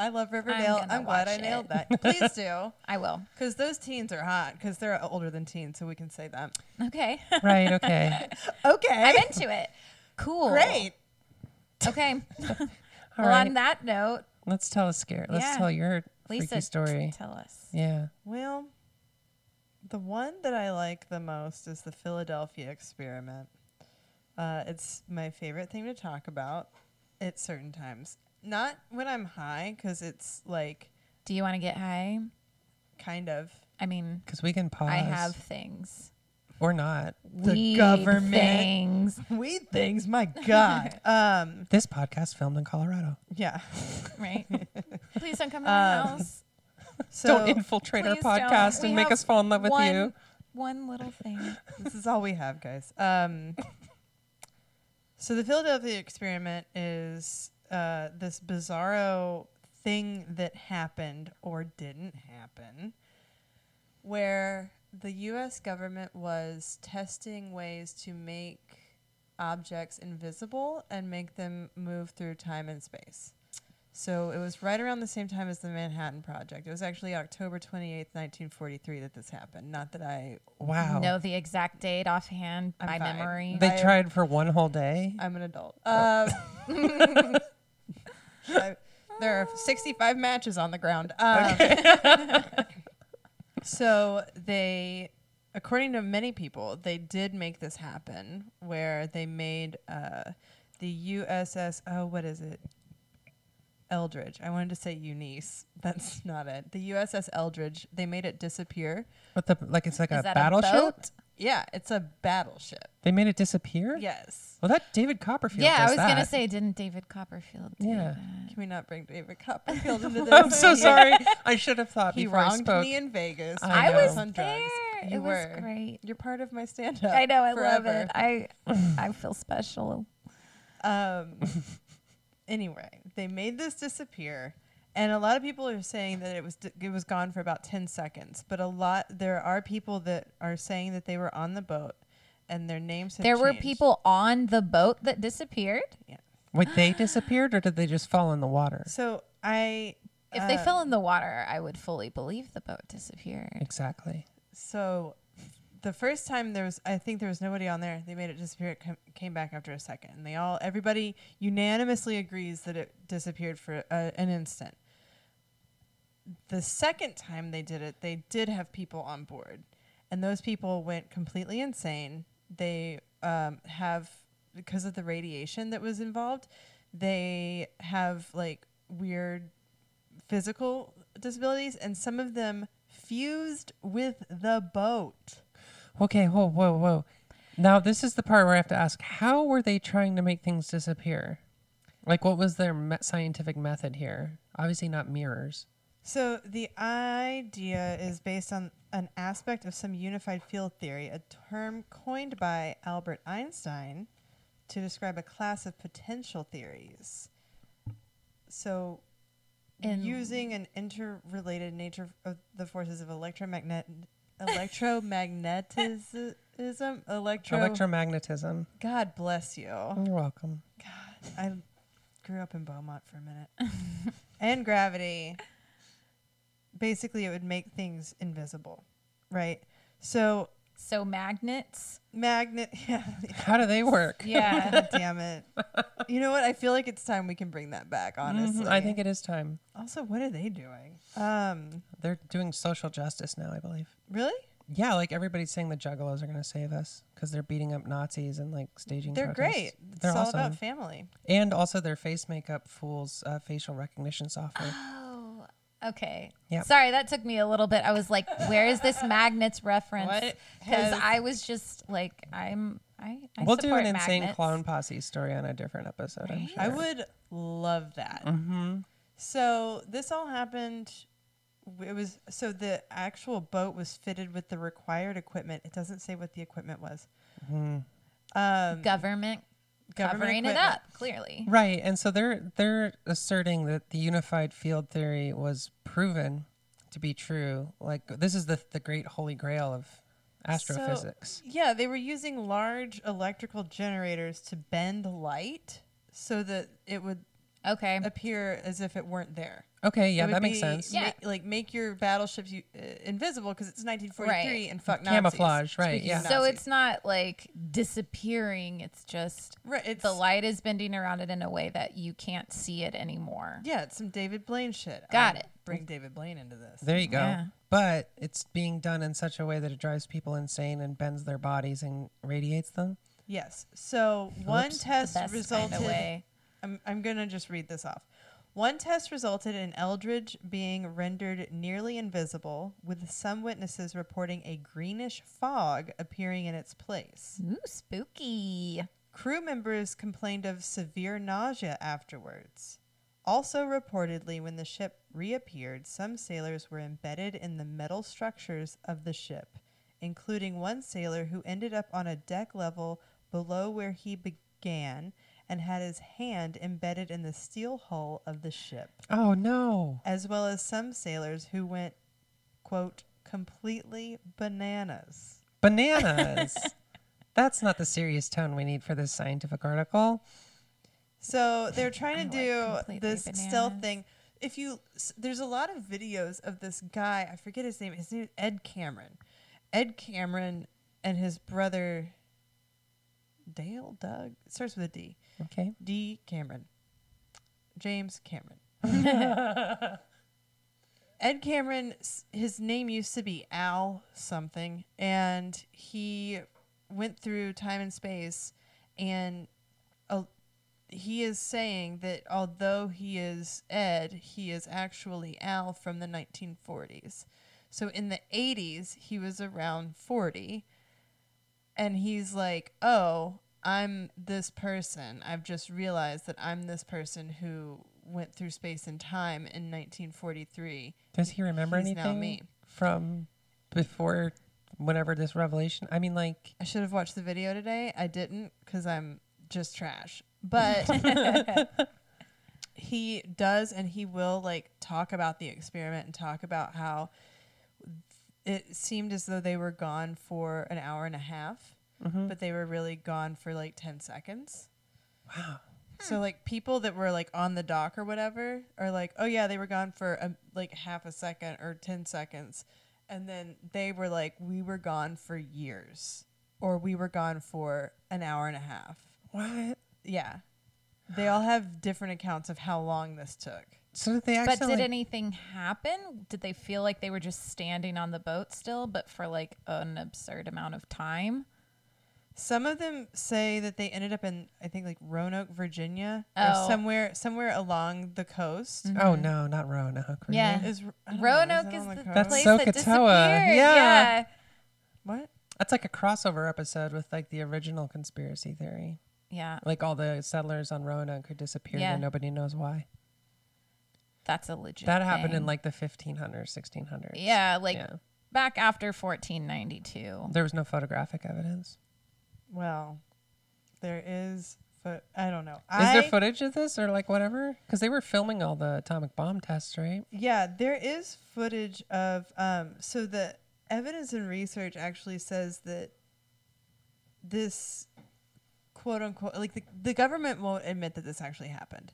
[SPEAKER 3] I love Riverdale.
[SPEAKER 2] gonna
[SPEAKER 3] I'm, glad
[SPEAKER 2] watch
[SPEAKER 3] I nailed
[SPEAKER 2] it.
[SPEAKER 3] that. Please do,
[SPEAKER 2] I will.
[SPEAKER 3] because those teens are hot. Because they're older than teens, so we can say that.
[SPEAKER 2] Okay,
[SPEAKER 4] right? Okay.
[SPEAKER 3] Okay.
[SPEAKER 2] I'm into it. Cool.
[SPEAKER 3] Great.
[SPEAKER 2] Okay.
[SPEAKER 4] All
[SPEAKER 2] well,
[SPEAKER 4] right.
[SPEAKER 2] on that note,
[SPEAKER 4] Let's tell a scare. Let's
[SPEAKER 2] Yeah.
[SPEAKER 4] tell your
[SPEAKER 2] Lisa,
[SPEAKER 4] freaky story.
[SPEAKER 2] tell us.
[SPEAKER 4] yeah.
[SPEAKER 3] Well, the one that I like the most is the Philadelphia experiment. Uh, it's my favorite thing to talk about at certain times. Not when I'm high, because it's like
[SPEAKER 2] Do you want to get high?
[SPEAKER 3] kind of.
[SPEAKER 2] I mean,
[SPEAKER 4] Because we can pause.
[SPEAKER 2] I have things.
[SPEAKER 4] or not.
[SPEAKER 3] The
[SPEAKER 2] Weed
[SPEAKER 3] government.
[SPEAKER 2] things.
[SPEAKER 3] Weed things, my God. um,
[SPEAKER 4] This podcast filmed in Colorado.
[SPEAKER 3] yeah.
[SPEAKER 2] right? Please don't come to my
[SPEAKER 4] Um,
[SPEAKER 2] house.
[SPEAKER 3] So
[SPEAKER 4] don't infiltrate our
[SPEAKER 2] Please don't.
[SPEAKER 4] podcast
[SPEAKER 2] We
[SPEAKER 4] and make
[SPEAKER 2] have
[SPEAKER 4] us fall in love with
[SPEAKER 2] one,
[SPEAKER 4] you.
[SPEAKER 2] One little thing.
[SPEAKER 3] this is all we have, guys. Um, so the Philadelphia experiment is uh, this bizarro thing that happened or didn't happen, where the U.S. government was testing ways to make objects invisible and make them move through time and space. So it was right around the same time as the Manhattan Project. It was actually October 28th, 1943 that this happened. Not that I
[SPEAKER 4] Wow.
[SPEAKER 2] Know the exact date offhand
[SPEAKER 3] I'm
[SPEAKER 2] by
[SPEAKER 3] fine.
[SPEAKER 2] memory.
[SPEAKER 4] they
[SPEAKER 3] I-
[SPEAKER 4] tried for one whole day.
[SPEAKER 3] I'm an adult.
[SPEAKER 4] Oh.
[SPEAKER 3] Uh, I- there are 65 matches on the ground. Um, so they, according to many people, they did make this happen where they made uh, the USS, oh, what is it? Eldridge. I wanted to say Eunice. That's not it. The USS Eldridge, they made it disappear.
[SPEAKER 4] What the? Like it's like
[SPEAKER 2] Is
[SPEAKER 4] a
[SPEAKER 2] that a
[SPEAKER 4] battleship.
[SPEAKER 2] boat?
[SPEAKER 3] Yeah, it's a battleship.
[SPEAKER 4] They made it disappear.
[SPEAKER 3] Yes.
[SPEAKER 4] Well, that David Copperfield.
[SPEAKER 2] yeah, I
[SPEAKER 4] does
[SPEAKER 2] was gonna
[SPEAKER 4] that.
[SPEAKER 2] say, didn't David Copperfield? Do
[SPEAKER 4] Yeah.
[SPEAKER 2] that?
[SPEAKER 3] Can we not bring David Copperfield into this?
[SPEAKER 4] I'm so sorry. I should have thought
[SPEAKER 3] He
[SPEAKER 4] before I
[SPEAKER 3] wronged
[SPEAKER 4] spoke.
[SPEAKER 3] me in Vegas.
[SPEAKER 4] I
[SPEAKER 2] I,
[SPEAKER 4] know.
[SPEAKER 2] was
[SPEAKER 3] on drugs.
[SPEAKER 2] there.
[SPEAKER 3] You
[SPEAKER 2] it
[SPEAKER 3] were.
[SPEAKER 2] was great.
[SPEAKER 3] You're part of my stand up.
[SPEAKER 2] I know. I love it. I I feel special.
[SPEAKER 3] Um, anyway, they made this disappear, and a lot of people are saying that it was d- it was gone for about ten seconds. But a lot there are people that are saying that they were on the boat, and their names have
[SPEAKER 2] There were
[SPEAKER 3] changed.
[SPEAKER 2] people on the boat that disappeared.
[SPEAKER 4] Wait, they disappeared or did they just fall in the water?
[SPEAKER 3] So I
[SPEAKER 2] If they
[SPEAKER 3] uh,
[SPEAKER 2] fell in the water, I would fully believe the boat disappeared.
[SPEAKER 4] Exactly.
[SPEAKER 3] So the first time there was, I think there was nobody on there. They made it disappear. It com- came back after a second, and they all, everybody unanimously agrees that it disappeared for uh, an instant. The second time they did it, they did have people on board, and those people went completely insane. They um, have because of the radiation that was involved, they have like weird physical disabilities, and some of them fused with the boat.
[SPEAKER 4] Okay, whoa, whoa, whoa. Now this is the part where I have to ask: How were they trying to make things disappear? Like, what was their me- scientific method here? Obviously, not mirrors.
[SPEAKER 3] So the idea is based on an aspect of some unified field theory, a term coined by Albert Einstein to describe a class of potential theories. So
[SPEAKER 2] In-
[SPEAKER 3] using an interrelated nature of the forces of electromagnet electromagnetism electro
[SPEAKER 4] Electromagnetism.
[SPEAKER 3] God bless you.
[SPEAKER 4] You're welcome.
[SPEAKER 3] I grew up in Beaumont for a minute. and gravity. Basically, it would make things invisible, right? So
[SPEAKER 2] So magnets.
[SPEAKER 3] magnet. Yeah.
[SPEAKER 4] How do they work?
[SPEAKER 2] Yeah.
[SPEAKER 3] God damn it. You know what? I feel like it's time we can bring that back. Honestly,
[SPEAKER 4] Mm-hmm. I think it is time.
[SPEAKER 3] Also, what are they doing? Um,
[SPEAKER 4] They're doing social justice now, I believe.
[SPEAKER 3] really?
[SPEAKER 4] Yeah, like everybody's saying the Juggalos are going to save us because they're beating up Nazis and like staging.
[SPEAKER 3] They're
[SPEAKER 4] protests.
[SPEAKER 3] great. It's
[SPEAKER 4] They're
[SPEAKER 3] all
[SPEAKER 4] awesome.
[SPEAKER 3] about family.
[SPEAKER 4] and also their face makeup fools uh, facial recognition software.
[SPEAKER 2] oh, okay.
[SPEAKER 4] Yep.
[SPEAKER 2] Sorry, that took me a little bit. I was like, where is this magnets reference?
[SPEAKER 3] What
[SPEAKER 2] Because
[SPEAKER 3] has-
[SPEAKER 2] I was just like, I'm. I, I
[SPEAKER 4] we'll do
[SPEAKER 2] support
[SPEAKER 4] an insane
[SPEAKER 2] magnets.
[SPEAKER 4] clown posse story on a different episode. I'm sure.
[SPEAKER 3] I would love that.
[SPEAKER 4] Mm-hmm.
[SPEAKER 3] So this all happened. It was so the actual boat was fitted with the required equipment. It doesn't say what the equipment was.
[SPEAKER 4] Mm-hmm.
[SPEAKER 3] Um,
[SPEAKER 2] Government,
[SPEAKER 3] Government
[SPEAKER 2] covering it
[SPEAKER 3] equipment.
[SPEAKER 2] up, clearly.
[SPEAKER 4] Right, and so they're they're asserting that the unified field theory was proven to be true. Like this is the the great holy grail of
[SPEAKER 3] so-
[SPEAKER 4] astrophysics.
[SPEAKER 3] yeah, they were using large electrical generators to bend light so that it would
[SPEAKER 2] Okay.
[SPEAKER 3] appear as if it weren't there.
[SPEAKER 4] okay, yeah,
[SPEAKER 3] It would
[SPEAKER 4] that makes
[SPEAKER 3] be
[SPEAKER 4] sense.
[SPEAKER 2] Yeah.
[SPEAKER 3] ma- like make your battleships you, uh, invisible because it's 1943
[SPEAKER 2] Right.
[SPEAKER 3] and fuck Nazis.
[SPEAKER 4] Camouflage, right,
[SPEAKER 3] Speaking of
[SPEAKER 4] yeah.
[SPEAKER 2] So
[SPEAKER 3] Nazis.
[SPEAKER 2] it's not like disappearing. It's just
[SPEAKER 3] right. It's
[SPEAKER 2] the light is bending around it in a way that you can't see it anymore.
[SPEAKER 3] Yeah, it's some David Blaine shit.
[SPEAKER 2] Got
[SPEAKER 3] I'll
[SPEAKER 2] it.
[SPEAKER 3] Bring David Blaine into this.
[SPEAKER 4] There you go.
[SPEAKER 2] Yeah.
[SPEAKER 4] But it's being done in such a way that it drives people insane and bends their bodies and radiates them.
[SPEAKER 3] Yes. So one
[SPEAKER 4] Oops.
[SPEAKER 2] The
[SPEAKER 3] test
[SPEAKER 2] best
[SPEAKER 3] resulted.
[SPEAKER 2] kind of way.
[SPEAKER 3] I'm, I'm going to just read this off. One test resulted in Eldridge being rendered nearly invisible, with some witnesses reporting a greenish fog appearing in its place.
[SPEAKER 2] Ooh, spooky.
[SPEAKER 3] Crew members complained of severe nausea afterwards. Also, reportedly, when the ship reappeared, some sailors were embedded in the metal structures of the ship, including one sailor who ended up on a deck level below where he began and had his hand embedded in the steel hull of the ship,
[SPEAKER 4] Oh no.
[SPEAKER 3] as well as some sailors who went, quote, completely bananas.
[SPEAKER 4] Bananas. That's not the serious tone we need for this scientific article.
[SPEAKER 3] So they're trying
[SPEAKER 2] I like
[SPEAKER 3] to do
[SPEAKER 2] completely
[SPEAKER 3] this stealth
[SPEAKER 2] bananas.
[SPEAKER 3] thing. If you, s- there's a lot of videos of this guy. I forget his name. His name is Ed Cameron. Ed Cameron and his brother Dale Doug it starts with a D.
[SPEAKER 4] Okay.
[SPEAKER 3] D Cameron. James Cameron. Ed Cameron, s- his name used to be Al something, and he went through time and space, and uh, he is saying that although he is Ed, he is actually Al from the 1940s. So in the 80s, he was around 40, and he's like, "Oh, I'm this person. I've just realized that I'm this person who went through space and time in 1943."
[SPEAKER 4] Does he remember
[SPEAKER 3] He's now
[SPEAKER 4] anything
[SPEAKER 3] me.
[SPEAKER 4] from before whenever this revelation? I mean, like,
[SPEAKER 3] I should have watched the video today. I didn't because I'm just trash. But he does and he will like talk about the experiment and talk about how it seemed as though they were gone for an hour and a half, but they were really gone for like 10 seconds.
[SPEAKER 4] wow.
[SPEAKER 3] So like people that were like on the dock or whatever are like, oh yeah, they were gone for um, like half a second or ten seconds, and then they were like, we were gone for years, or we were gone for an hour and a half.
[SPEAKER 4] What?
[SPEAKER 3] Yeah, they all have different accounts of how long this took.
[SPEAKER 4] So did they
[SPEAKER 2] But
[SPEAKER 4] actually?
[SPEAKER 2] did anything happen? Did they feel like they were just standing on the boat still, but for like an absurd amount of time?
[SPEAKER 3] Some of them say that they ended up in I think like Roanoke, Virginia,
[SPEAKER 2] Oh.
[SPEAKER 3] or somewhere somewhere along the coast.
[SPEAKER 4] Oh no, not Roanoke. really.
[SPEAKER 2] Yeah.
[SPEAKER 3] Is I don't know,
[SPEAKER 2] Mm-hmm. Roanoke
[SPEAKER 3] that
[SPEAKER 2] is
[SPEAKER 3] on
[SPEAKER 2] the
[SPEAKER 3] coast?
[SPEAKER 4] That's
[SPEAKER 2] place
[SPEAKER 4] so
[SPEAKER 2] that
[SPEAKER 4] Katoa.
[SPEAKER 2] disappeared.
[SPEAKER 4] Yeah.
[SPEAKER 2] yeah.
[SPEAKER 3] what?
[SPEAKER 4] That's like a crossover episode with like the original conspiracy theory.
[SPEAKER 2] Yeah,
[SPEAKER 4] Like all the settlers on Roanoke who disappeared
[SPEAKER 2] Yeah.
[SPEAKER 4] and nobody knows why.
[SPEAKER 2] that's a legit.
[SPEAKER 4] That happened in
[SPEAKER 2] thing.
[SPEAKER 4] like the 1500s, 1600s.
[SPEAKER 2] yeah, like
[SPEAKER 4] Yeah.
[SPEAKER 2] back after 1492.
[SPEAKER 4] There was no photographic evidence.
[SPEAKER 3] Well, there is. Fo- I don't know.
[SPEAKER 4] Is
[SPEAKER 3] I,
[SPEAKER 4] there footage of this or like whatever? Because they were filming all the atomic bomb tests, right?
[SPEAKER 3] Yeah, there is footage of um so the evidence and research actually says that this quote unquote like the, the government won't admit that this actually happened.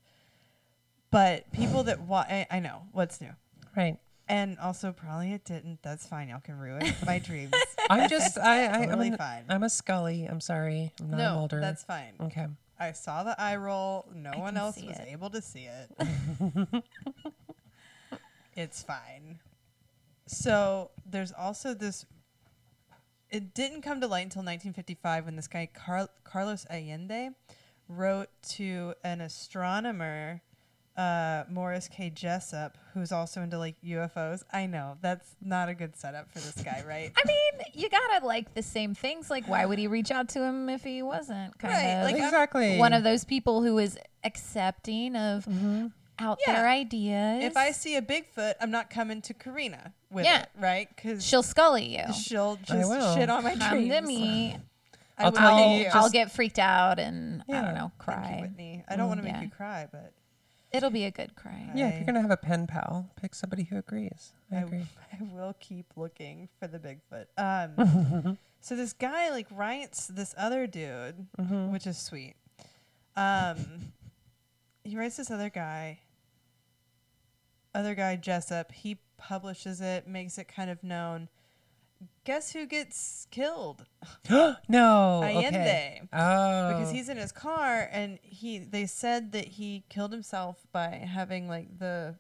[SPEAKER 3] But people that wa- I, I know what's new.
[SPEAKER 4] Right.
[SPEAKER 3] And also probably it didn't. That's fine. Y'all can ruin my dreams.
[SPEAKER 4] I'm just I, I
[SPEAKER 3] Totally
[SPEAKER 4] I'm, an-
[SPEAKER 3] fine.
[SPEAKER 4] I'm a Scully. I'm sorry. I'm not an
[SPEAKER 3] no,
[SPEAKER 4] older.
[SPEAKER 3] that's fine.
[SPEAKER 4] okay.
[SPEAKER 3] I saw the eye roll. No
[SPEAKER 2] I
[SPEAKER 3] one
[SPEAKER 2] can
[SPEAKER 3] else
[SPEAKER 2] see
[SPEAKER 3] was
[SPEAKER 2] it.
[SPEAKER 3] able to see it. it's fine. So there's also this. It didn't come to light until 1955 when this guy Car- Carlos Allende wrote to an astronomer, uh, Morris K. Jessup, who's also into like UFOs. I know that's not a good setup for this guy, right?
[SPEAKER 2] I mean, you gotta like the same things. Like, why would he reach out to him if he wasn't kind
[SPEAKER 3] Right,
[SPEAKER 2] of
[SPEAKER 3] like, I'm
[SPEAKER 4] exactly.
[SPEAKER 2] one of those people who is accepting of
[SPEAKER 4] Mm-hmm.
[SPEAKER 2] out
[SPEAKER 3] Yeah.
[SPEAKER 2] there ideas?
[SPEAKER 3] if I see a Bigfoot, I'm not coming to Karina with
[SPEAKER 2] Yeah.
[SPEAKER 3] it, right? Because
[SPEAKER 2] she'll scully you.
[SPEAKER 3] She'll
[SPEAKER 4] I will.
[SPEAKER 3] just shit on my
[SPEAKER 2] Come
[SPEAKER 3] dreams.
[SPEAKER 2] to me.
[SPEAKER 3] I
[SPEAKER 4] I'll
[SPEAKER 3] will.
[SPEAKER 4] tell
[SPEAKER 2] I'll,
[SPEAKER 4] you.
[SPEAKER 2] I'll
[SPEAKER 4] Just-
[SPEAKER 2] get freaked out and I
[SPEAKER 4] Yeah.
[SPEAKER 2] don't know,
[SPEAKER 3] Thank you,
[SPEAKER 2] cry.
[SPEAKER 3] Whitney. I don't want to make
[SPEAKER 2] yeah.
[SPEAKER 3] you cry, but
[SPEAKER 2] It'll be a good cry.
[SPEAKER 4] Yeah, if
[SPEAKER 3] I-
[SPEAKER 4] you're gonna have a pen pal, pick somebody who agrees. I
[SPEAKER 3] I,
[SPEAKER 4] agree.
[SPEAKER 3] I will keep looking for the Bigfoot. Um, so this guy like writes this other dude, which is sweet. Um, he writes this other guy. Other guy Jessup. He publishes it, makes it kind of known. Guess who gets killed?
[SPEAKER 4] no. Okay.
[SPEAKER 3] Allende.
[SPEAKER 4] Oh.
[SPEAKER 3] because he's in his car and he they said that he killed himself by having like the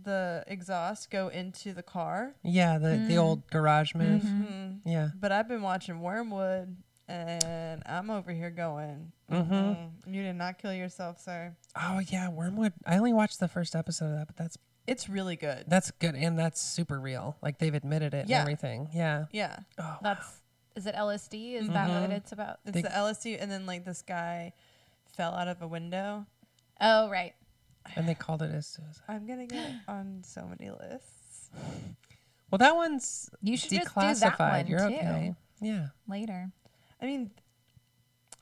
[SPEAKER 3] the exhaust go into the car
[SPEAKER 4] yeah the
[SPEAKER 3] Mm-hmm.
[SPEAKER 4] the old garage move.
[SPEAKER 3] Mhm.
[SPEAKER 4] Yeah.
[SPEAKER 3] but i've been watching wormwood and i'm over here going
[SPEAKER 4] Mm-hmm.
[SPEAKER 3] "Mm-mm, you did not kill yourself sir
[SPEAKER 4] Oh yeah, Wormwood. I only watched the first episode of that, but that's
[SPEAKER 3] it's really good
[SPEAKER 4] that's good and that's super real. Like they've admitted it
[SPEAKER 3] Yeah.
[SPEAKER 4] and everything. Yeah.
[SPEAKER 3] yeah
[SPEAKER 4] Oh.
[SPEAKER 2] That's is it LSD? Is that what it's about?
[SPEAKER 3] it's
[SPEAKER 4] They-
[SPEAKER 3] the lsu and then like this guy fell out of a window
[SPEAKER 2] Oh right.
[SPEAKER 4] And they called it a suicide.
[SPEAKER 3] i'm gonna get on so many lists
[SPEAKER 4] Well, that one's
[SPEAKER 2] You should just do
[SPEAKER 4] declassified.
[SPEAKER 2] that one
[SPEAKER 4] You're
[SPEAKER 2] too.
[SPEAKER 4] okay. Yeah.
[SPEAKER 2] Later.
[SPEAKER 3] I mean,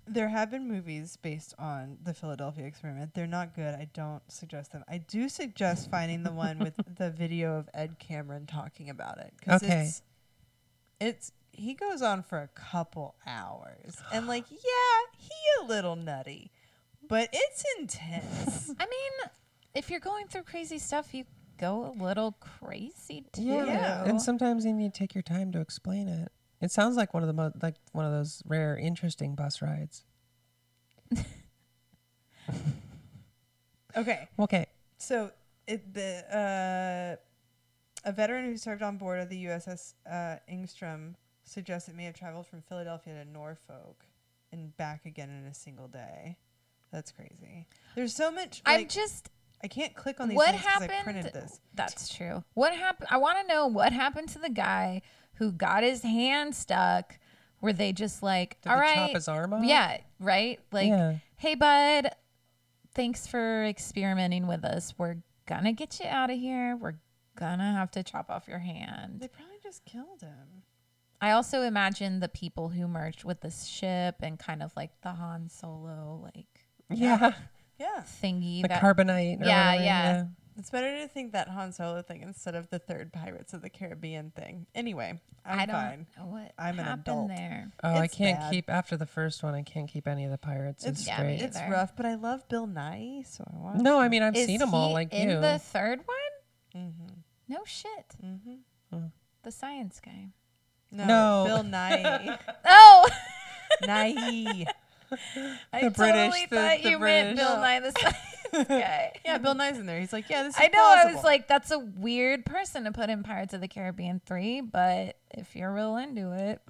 [SPEAKER 3] there have been movies based on the Philadelphia experiment. They're not good. I don't suggest them. I do suggest finding the one with the video of Ed Cameron talking about it. 'cause
[SPEAKER 4] Okay.
[SPEAKER 3] It's, it's he goes on for a couple hours and like, yeah, he a little nutty, but it's intense.
[SPEAKER 2] I mean, if you're going through crazy stuff, you go a little crazy too.
[SPEAKER 3] Yeah.
[SPEAKER 4] And sometimes you need to take your time to explain it. It sounds like one of the most like one of those rare interesting bus rides.
[SPEAKER 3] okay.
[SPEAKER 4] Okay.
[SPEAKER 3] So it, the uh, a veteran who served on board of the USS uh, Ingstrom suggests it may have traveled from Philadelphia to Norfolk and back again in a single day. That's crazy. There's so much. Like,
[SPEAKER 2] I'm just
[SPEAKER 3] I can't click on these
[SPEAKER 2] what
[SPEAKER 3] things 'cause
[SPEAKER 2] happened
[SPEAKER 3] I printed this.
[SPEAKER 2] That's true. What happened I want to know what happened to the guy who got his hand stuck. Were they just like,
[SPEAKER 4] Did
[SPEAKER 2] all
[SPEAKER 4] they
[SPEAKER 2] right,
[SPEAKER 4] chop his arm off?
[SPEAKER 2] Yeah, right? Like,
[SPEAKER 4] Yeah.
[SPEAKER 2] hey bud, thanks for experimenting with us. We're gonna get you out of here. We're gonna have to chop off your hand.
[SPEAKER 3] They probably just killed him.
[SPEAKER 2] I also imagine the people who merged with the ship and kind of like the Han Solo like
[SPEAKER 4] Yeah.
[SPEAKER 3] Yeah,
[SPEAKER 2] thingy
[SPEAKER 4] The
[SPEAKER 2] that
[SPEAKER 4] carbonite. Or
[SPEAKER 2] Yeah,
[SPEAKER 4] whatever,
[SPEAKER 2] yeah.
[SPEAKER 3] it's better to think that Han Solo thing instead of the third Pirates of the Caribbean thing. Anyway, I'm
[SPEAKER 2] I do not
[SPEAKER 3] fine.
[SPEAKER 2] know what
[SPEAKER 3] I'm an
[SPEAKER 2] happened
[SPEAKER 3] adult.
[SPEAKER 2] there.
[SPEAKER 4] Oh, I
[SPEAKER 3] It's
[SPEAKER 4] can't
[SPEAKER 3] bad.
[SPEAKER 4] keep after the first one. I can't keep any of the pirates
[SPEAKER 3] It's-
[SPEAKER 4] it's,
[SPEAKER 2] Yeah, me
[SPEAKER 4] straight.
[SPEAKER 3] It's
[SPEAKER 2] Either.
[SPEAKER 3] rough, but I love Bill Nye, so I want.
[SPEAKER 4] no, I mean I've
[SPEAKER 2] Is
[SPEAKER 4] seen them all.
[SPEAKER 2] he
[SPEAKER 4] Like
[SPEAKER 2] in
[SPEAKER 4] you.
[SPEAKER 2] the third one?
[SPEAKER 3] Mm-hmm.
[SPEAKER 2] No shit.
[SPEAKER 3] Mm-hmm.
[SPEAKER 2] The science guy.
[SPEAKER 3] No,
[SPEAKER 4] No.
[SPEAKER 3] Bill Nye.
[SPEAKER 2] Oh,
[SPEAKER 3] Nye.
[SPEAKER 2] I
[SPEAKER 4] The
[SPEAKER 2] totally
[SPEAKER 4] British, the-
[SPEAKER 2] thought
[SPEAKER 4] the
[SPEAKER 2] you meant
[SPEAKER 4] British.
[SPEAKER 2] Bill Nye the science guy.
[SPEAKER 3] Yeah, Bill Nye's in there. He's like, yeah, this is
[SPEAKER 2] I know. I was
[SPEAKER 3] plausible.
[SPEAKER 2] like, that's a weird person to put in Pirates of the Caribbean three, but if you're real into it,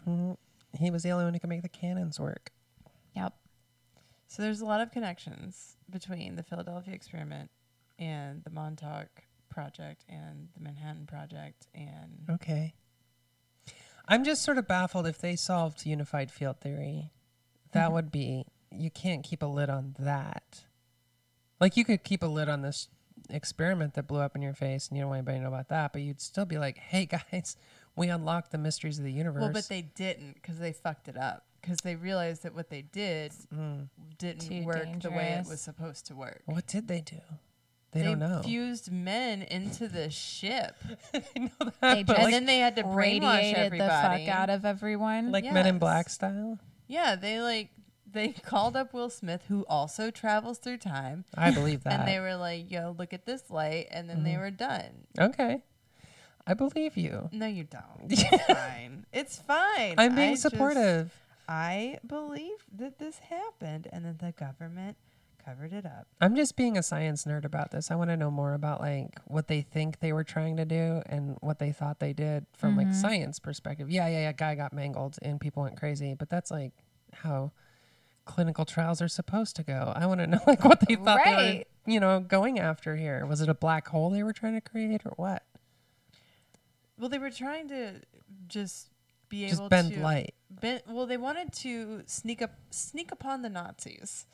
[SPEAKER 4] He was the only one who could make the cannons work.
[SPEAKER 2] Yep.
[SPEAKER 3] So there's a lot of connections between the Philadelphia experiment and the Montauk project and the Manhattan project and
[SPEAKER 4] Okay. I'm just sort of baffled if they solved unified field theory.
[SPEAKER 3] Mm-hmm.
[SPEAKER 4] That would be you can't keep a lid on that. Like you could keep a lid on this experiment that blew up in your face and you don't want anybody to know about that, but you'd still be like, "Hey guys, we unlocked the mysteries of the universe."
[SPEAKER 3] Well, but they didn't because they fucked it up because they realized that what they did didn't
[SPEAKER 2] Too
[SPEAKER 3] work the way it
[SPEAKER 2] dangerous.
[SPEAKER 3] was supposed to work.
[SPEAKER 4] what did they do? They, don't know.
[SPEAKER 3] fused men into the ship,
[SPEAKER 4] I know that,
[SPEAKER 2] They
[SPEAKER 4] but
[SPEAKER 2] just
[SPEAKER 3] and
[SPEAKER 4] like,
[SPEAKER 3] then they had to brainwash
[SPEAKER 2] Radiated the
[SPEAKER 3] everybody.
[SPEAKER 2] fuck out of everyone.
[SPEAKER 4] like Men in
[SPEAKER 3] yes.
[SPEAKER 4] Black style.
[SPEAKER 3] yeah, they like they called up Will Smith, who also travels through time,
[SPEAKER 4] I believe that. Mm-hmm.
[SPEAKER 3] and they were like, "Yo, look at this light," and then they were done.
[SPEAKER 4] okay, I believe you.
[SPEAKER 3] No, you don't. It's fine. It's fine.
[SPEAKER 4] I'm being
[SPEAKER 3] I just-
[SPEAKER 4] supportive.
[SPEAKER 3] I believe that this happened, and that the government covered it up.
[SPEAKER 4] I'm just being a science nerd about this. I want to know more about like what they think they were trying to do and what they thought they did from like
[SPEAKER 3] Mm-hmm.
[SPEAKER 4] science perspective. Yeah, yeah, yeah. Guy got mangled and people went crazy, but that's like how clinical trials are supposed to go. I want to know like what they thought
[SPEAKER 2] Right.
[SPEAKER 4] they were, you know, going after here. Was it a black hole they were trying to create or what?
[SPEAKER 3] Well, they were trying to just be
[SPEAKER 4] Just
[SPEAKER 3] able
[SPEAKER 4] bend
[SPEAKER 3] to
[SPEAKER 4] light,
[SPEAKER 3] Ben- well, they wanted to sneak up, sneak upon the Nazis.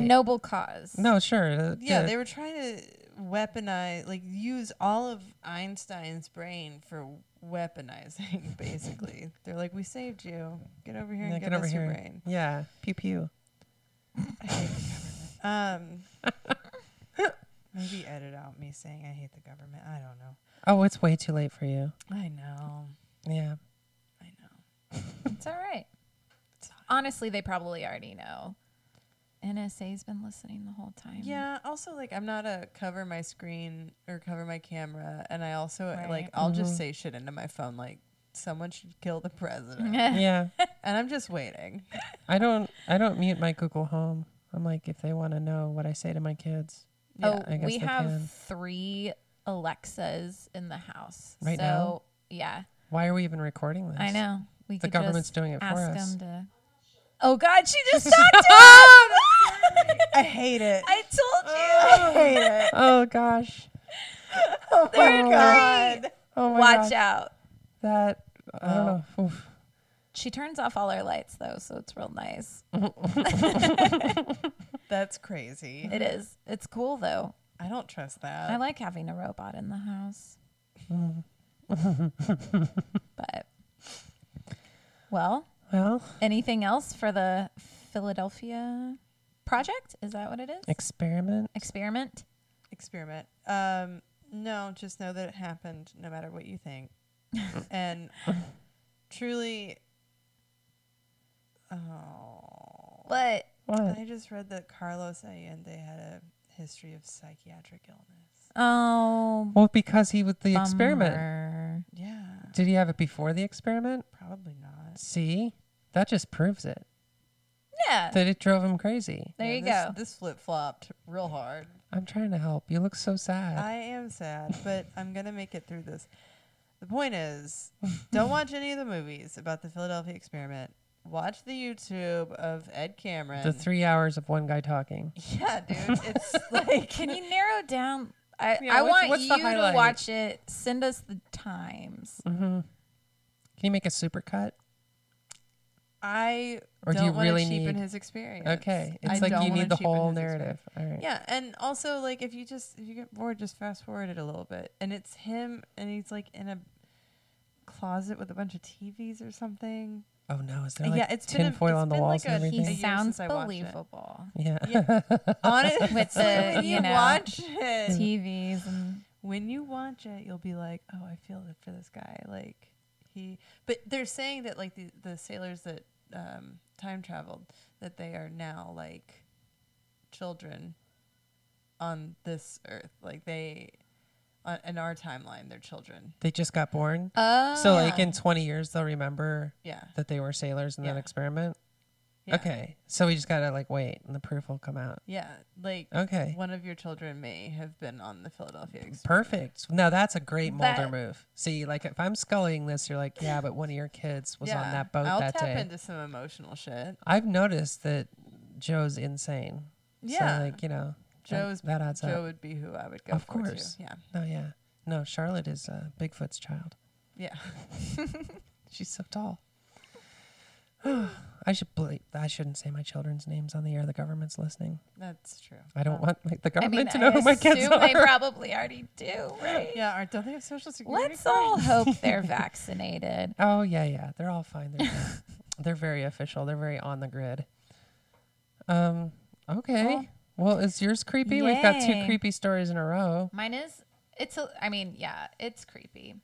[SPEAKER 2] A noble cause.
[SPEAKER 4] no, sure. uh,
[SPEAKER 3] Yeah,
[SPEAKER 4] the-
[SPEAKER 3] they were trying to weaponize, like use all of Einstein's brain for weaponizing. Basically, they're like, "We saved you. Get over here and
[SPEAKER 4] yeah,
[SPEAKER 3] give
[SPEAKER 4] get over
[SPEAKER 3] us
[SPEAKER 4] here.
[SPEAKER 3] your brain."
[SPEAKER 4] Yeah, pew pew.
[SPEAKER 3] I hate the government. Um, maybe edit out me saying I hate the government. I don't know.
[SPEAKER 4] Oh, it's way too late for you.
[SPEAKER 3] I know.
[SPEAKER 4] Yeah.
[SPEAKER 3] I know.
[SPEAKER 2] It's all right. Honestly, they probably already know. NSA's been listening the whole time.
[SPEAKER 3] Yeah. Also, like, I'm not a cover my screen or cover my camera, and I also like
[SPEAKER 2] Right.
[SPEAKER 3] I'll just say shit into my phone, like someone should kill the president,
[SPEAKER 4] Yeah.
[SPEAKER 3] and I'm just waiting.
[SPEAKER 4] I don't I don't mute my Google Home. I'm like if they want to know what I say to my kids.
[SPEAKER 2] Oh,
[SPEAKER 4] I guess
[SPEAKER 2] we
[SPEAKER 4] they
[SPEAKER 2] have
[SPEAKER 4] can.
[SPEAKER 2] three Alexas in the house.
[SPEAKER 4] Right
[SPEAKER 2] so,
[SPEAKER 4] now?
[SPEAKER 2] Yeah,
[SPEAKER 4] Why are we even recording this?
[SPEAKER 2] I know. We
[SPEAKER 4] The
[SPEAKER 2] could
[SPEAKER 4] government's
[SPEAKER 2] just
[SPEAKER 4] doing it for
[SPEAKER 2] ask
[SPEAKER 4] us.
[SPEAKER 2] them to. Oh God, she just talked to us.
[SPEAKER 3] I hate it.
[SPEAKER 2] I told you.
[SPEAKER 4] Oh gosh.
[SPEAKER 2] They're
[SPEAKER 3] Oh God.
[SPEAKER 2] great.
[SPEAKER 4] Oh my
[SPEAKER 2] Watch
[SPEAKER 4] gosh.
[SPEAKER 2] out.
[SPEAKER 4] That I don't know. Oof.
[SPEAKER 2] She turns off all our lights though, so it's real nice.
[SPEAKER 3] That's crazy.
[SPEAKER 4] Mm-hmm.
[SPEAKER 2] It is. It's cool though.
[SPEAKER 3] I don't trust that.
[SPEAKER 2] I like having a robot in the house.
[SPEAKER 4] Mm.
[SPEAKER 2] but well,
[SPEAKER 4] Well,
[SPEAKER 2] anything else for the Philadelphia project? Is that what it is?
[SPEAKER 4] experiment.
[SPEAKER 2] Experiment.
[SPEAKER 3] experiment. Um, no, just know that it happened no matter what you think. and truly, oh,
[SPEAKER 2] But
[SPEAKER 4] What?
[SPEAKER 3] I just read that Carlos Allende had a history of psychiatric illness.
[SPEAKER 2] oh,
[SPEAKER 4] Well, because he was the experiment.
[SPEAKER 2] bummer.
[SPEAKER 3] Yeah,
[SPEAKER 4] Did he have it before the experiment?
[SPEAKER 3] probably not.
[SPEAKER 4] See? That just proves it.
[SPEAKER 2] Yeah.
[SPEAKER 4] That it drove him crazy.
[SPEAKER 2] There
[SPEAKER 3] Yeah,
[SPEAKER 2] you
[SPEAKER 3] this-
[SPEAKER 2] go.
[SPEAKER 3] This flip flopped real hard.
[SPEAKER 4] I'm trying to help. You look so sad.
[SPEAKER 3] I am sad, but I'm gonna make it through this. The point is, don't watch any of the movies about the Philadelphia experiment. Watch the YouTube of Ed Cameron.
[SPEAKER 4] the 3 hours of one guy talking.
[SPEAKER 3] Yeah, dude. It's like
[SPEAKER 2] Can you narrow down? I,
[SPEAKER 4] Yeah,
[SPEAKER 2] I
[SPEAKER 4] what's-
[SPEAKER 2] want
[SPEAKER 4] what's the
[SPEAKER 2] you to
[SPEAKER 4] highlight?
[SPEAKER 2] watch it. Send us the times.
[SPEAKER 4] Can you make a supercut?
[SPEAKER 3] I
[SPEAKER 4] Or do
[SPEAKER 3] don't
[SPEAKER 4] you
[SPEAKER 3] want to
[SPEAKER 4] really
[SPEAKER 3] cheapen
[SPEAKER 4] need-
[SPEAKER 3] his experience.
[SPEAKER 4] Okay.
[SPEAKER 3] I
[SPEAKER 4] It's like
[SPEAKER 3] don't
[SPEAKER 4] you
[SPEAKER 3] wanna
[SPEAKER 4] need the
[SPEAKER 3] cheapen
[SPEAKER 4] whole
[SPEAKER 3] his
[SPEAKER 4] narrative.
[SPEAKER 3] experience.
[SPEAKER 4] All right.
[SPEAKER 3] Yeah, and also like if you just if you get bored, just fast forward it a little bit. And it's him and he's like in a closet with a bunch of TVs or something.
[SPEAKER 4] Oh no, is there
[SPEAKER 3] Yeah,
[SPEAKER 4] like
[SPEAKER 3] it's been a-
[SPEAKER 4] tinfoil
[SPEAKER 3] it's
[SPEAKER 4] on the
[SPEAKER 3] been like
[SPEAKER 4] walls
[SPEAKER 3] a-
[SPEAKER 4] and
[SPEAKER 2] He
[SPEAKER 4] everything?
[SPEAKER 3] year
[SPEAKER 2] sounds
[SPEAKER 3] since I watched it.
[SPEAKER 2] believable.
[SPEAKER 4] yeah.
[SPEAKER 3] Honestly,
[SPEAKER 2] With the,
[SPEAKER 3] when
[SPEAKER 2] you
[SPEAKER 3] you,
[SPEAKER 2] know,
[SPEAKER 3] watch it,
[SPEAKER 2] TVs and
[SPEAKER 3] when you watch it, you'll be like, "Oh, I feel it for this guy." Like he, but they're saying that like the the sailors that um, time traveled that they are now like children on this earth. Like they, on, in our timeline, they're children.
[SPEAKER 4] They just got born.
[SPEAKER 2] oh,
[SPEAKER 4] so like in 20 years they'll remember
[SPEAKER 3] Yeah,
[SPEAKER 4] that they were sailors in
[SPEAKER 3] Yeah.
[SPEAKER 4] that experiment.
[SPEAKER 3] Yeah.
[SPEAKER 4] Okay. So we just gotta like wait and the proof will come out.
[SPEAKER 3] Yeah, like
[SPEAKER 4] Okay.
[SPEAKER 3] one of your children may have been on the Philadelphia Experiment.
[SPEAKER 4] Perfect. Now that's a great Mulder
[SPEAKER 2] That-
[SPEAKER 4] move. See, like if I'm scullying this, you're like, yeah, but one of your kids was on that boat
[SPEAKER 3] I'll
[SPEAKER 4] that
[SPEAKER 3] tap
[SPEAKER 4] day.
[SPEAKER 3] into some emotional shit.
[SPEAKER 4] I've noticed that Joe's insane.
[SPEAKER 3] Yeah.
[SPEAKER 4] So like, you know,
[SPEAKER 3] Joe's
[SPEAKER 4] Joe's that adds
[SPEAKER 3] Joe
[SPEAKER 4] up.
[SPEAKER 3] would be who I would go
[SPEAKER 4] Of
[SPEAKER 3] for. too.
[SPEAKER 4] course.
[SPEAKER 3] Yeah.
[SPEAKER 4] No, yeah. No, Charlotte is uh, Bigfoot's child.
[SPEAKER 3] Yeah.
[SPEAKER 4] She's so tall. I should believe I shouldn't say my children's names on the air. The government's listening.
[SPEAKER 3] That's true.
[SPEAKER 4] I don't want like, the
[SPEAKER 2] Oh. I mean,
[SPEAKER 4] government
[SPEAKER 2] I
[SPEAKER 4] to know who my kids
[SPEAKER 2] assume they
[SPEAKER 4] are.
[SPEAKER 2] probably already do, right?
[SPEAKER 3] Yeah, are, don't they have social security?
[SPEAKER 2] Let's all hope they're vaccinated.
[SPEAKER 4] Oh yeah, yeah. They're all fine. They're fine. they're very official. They're very on the grid. Um. Okay. Well, is yours creepy? We've got two
[SPEAKER 2] Yay.
[SPEAKER 4] creepy stories in a row.
[SPEAKER 2] Mine is. It's a. I mean, yeah, it's creepy.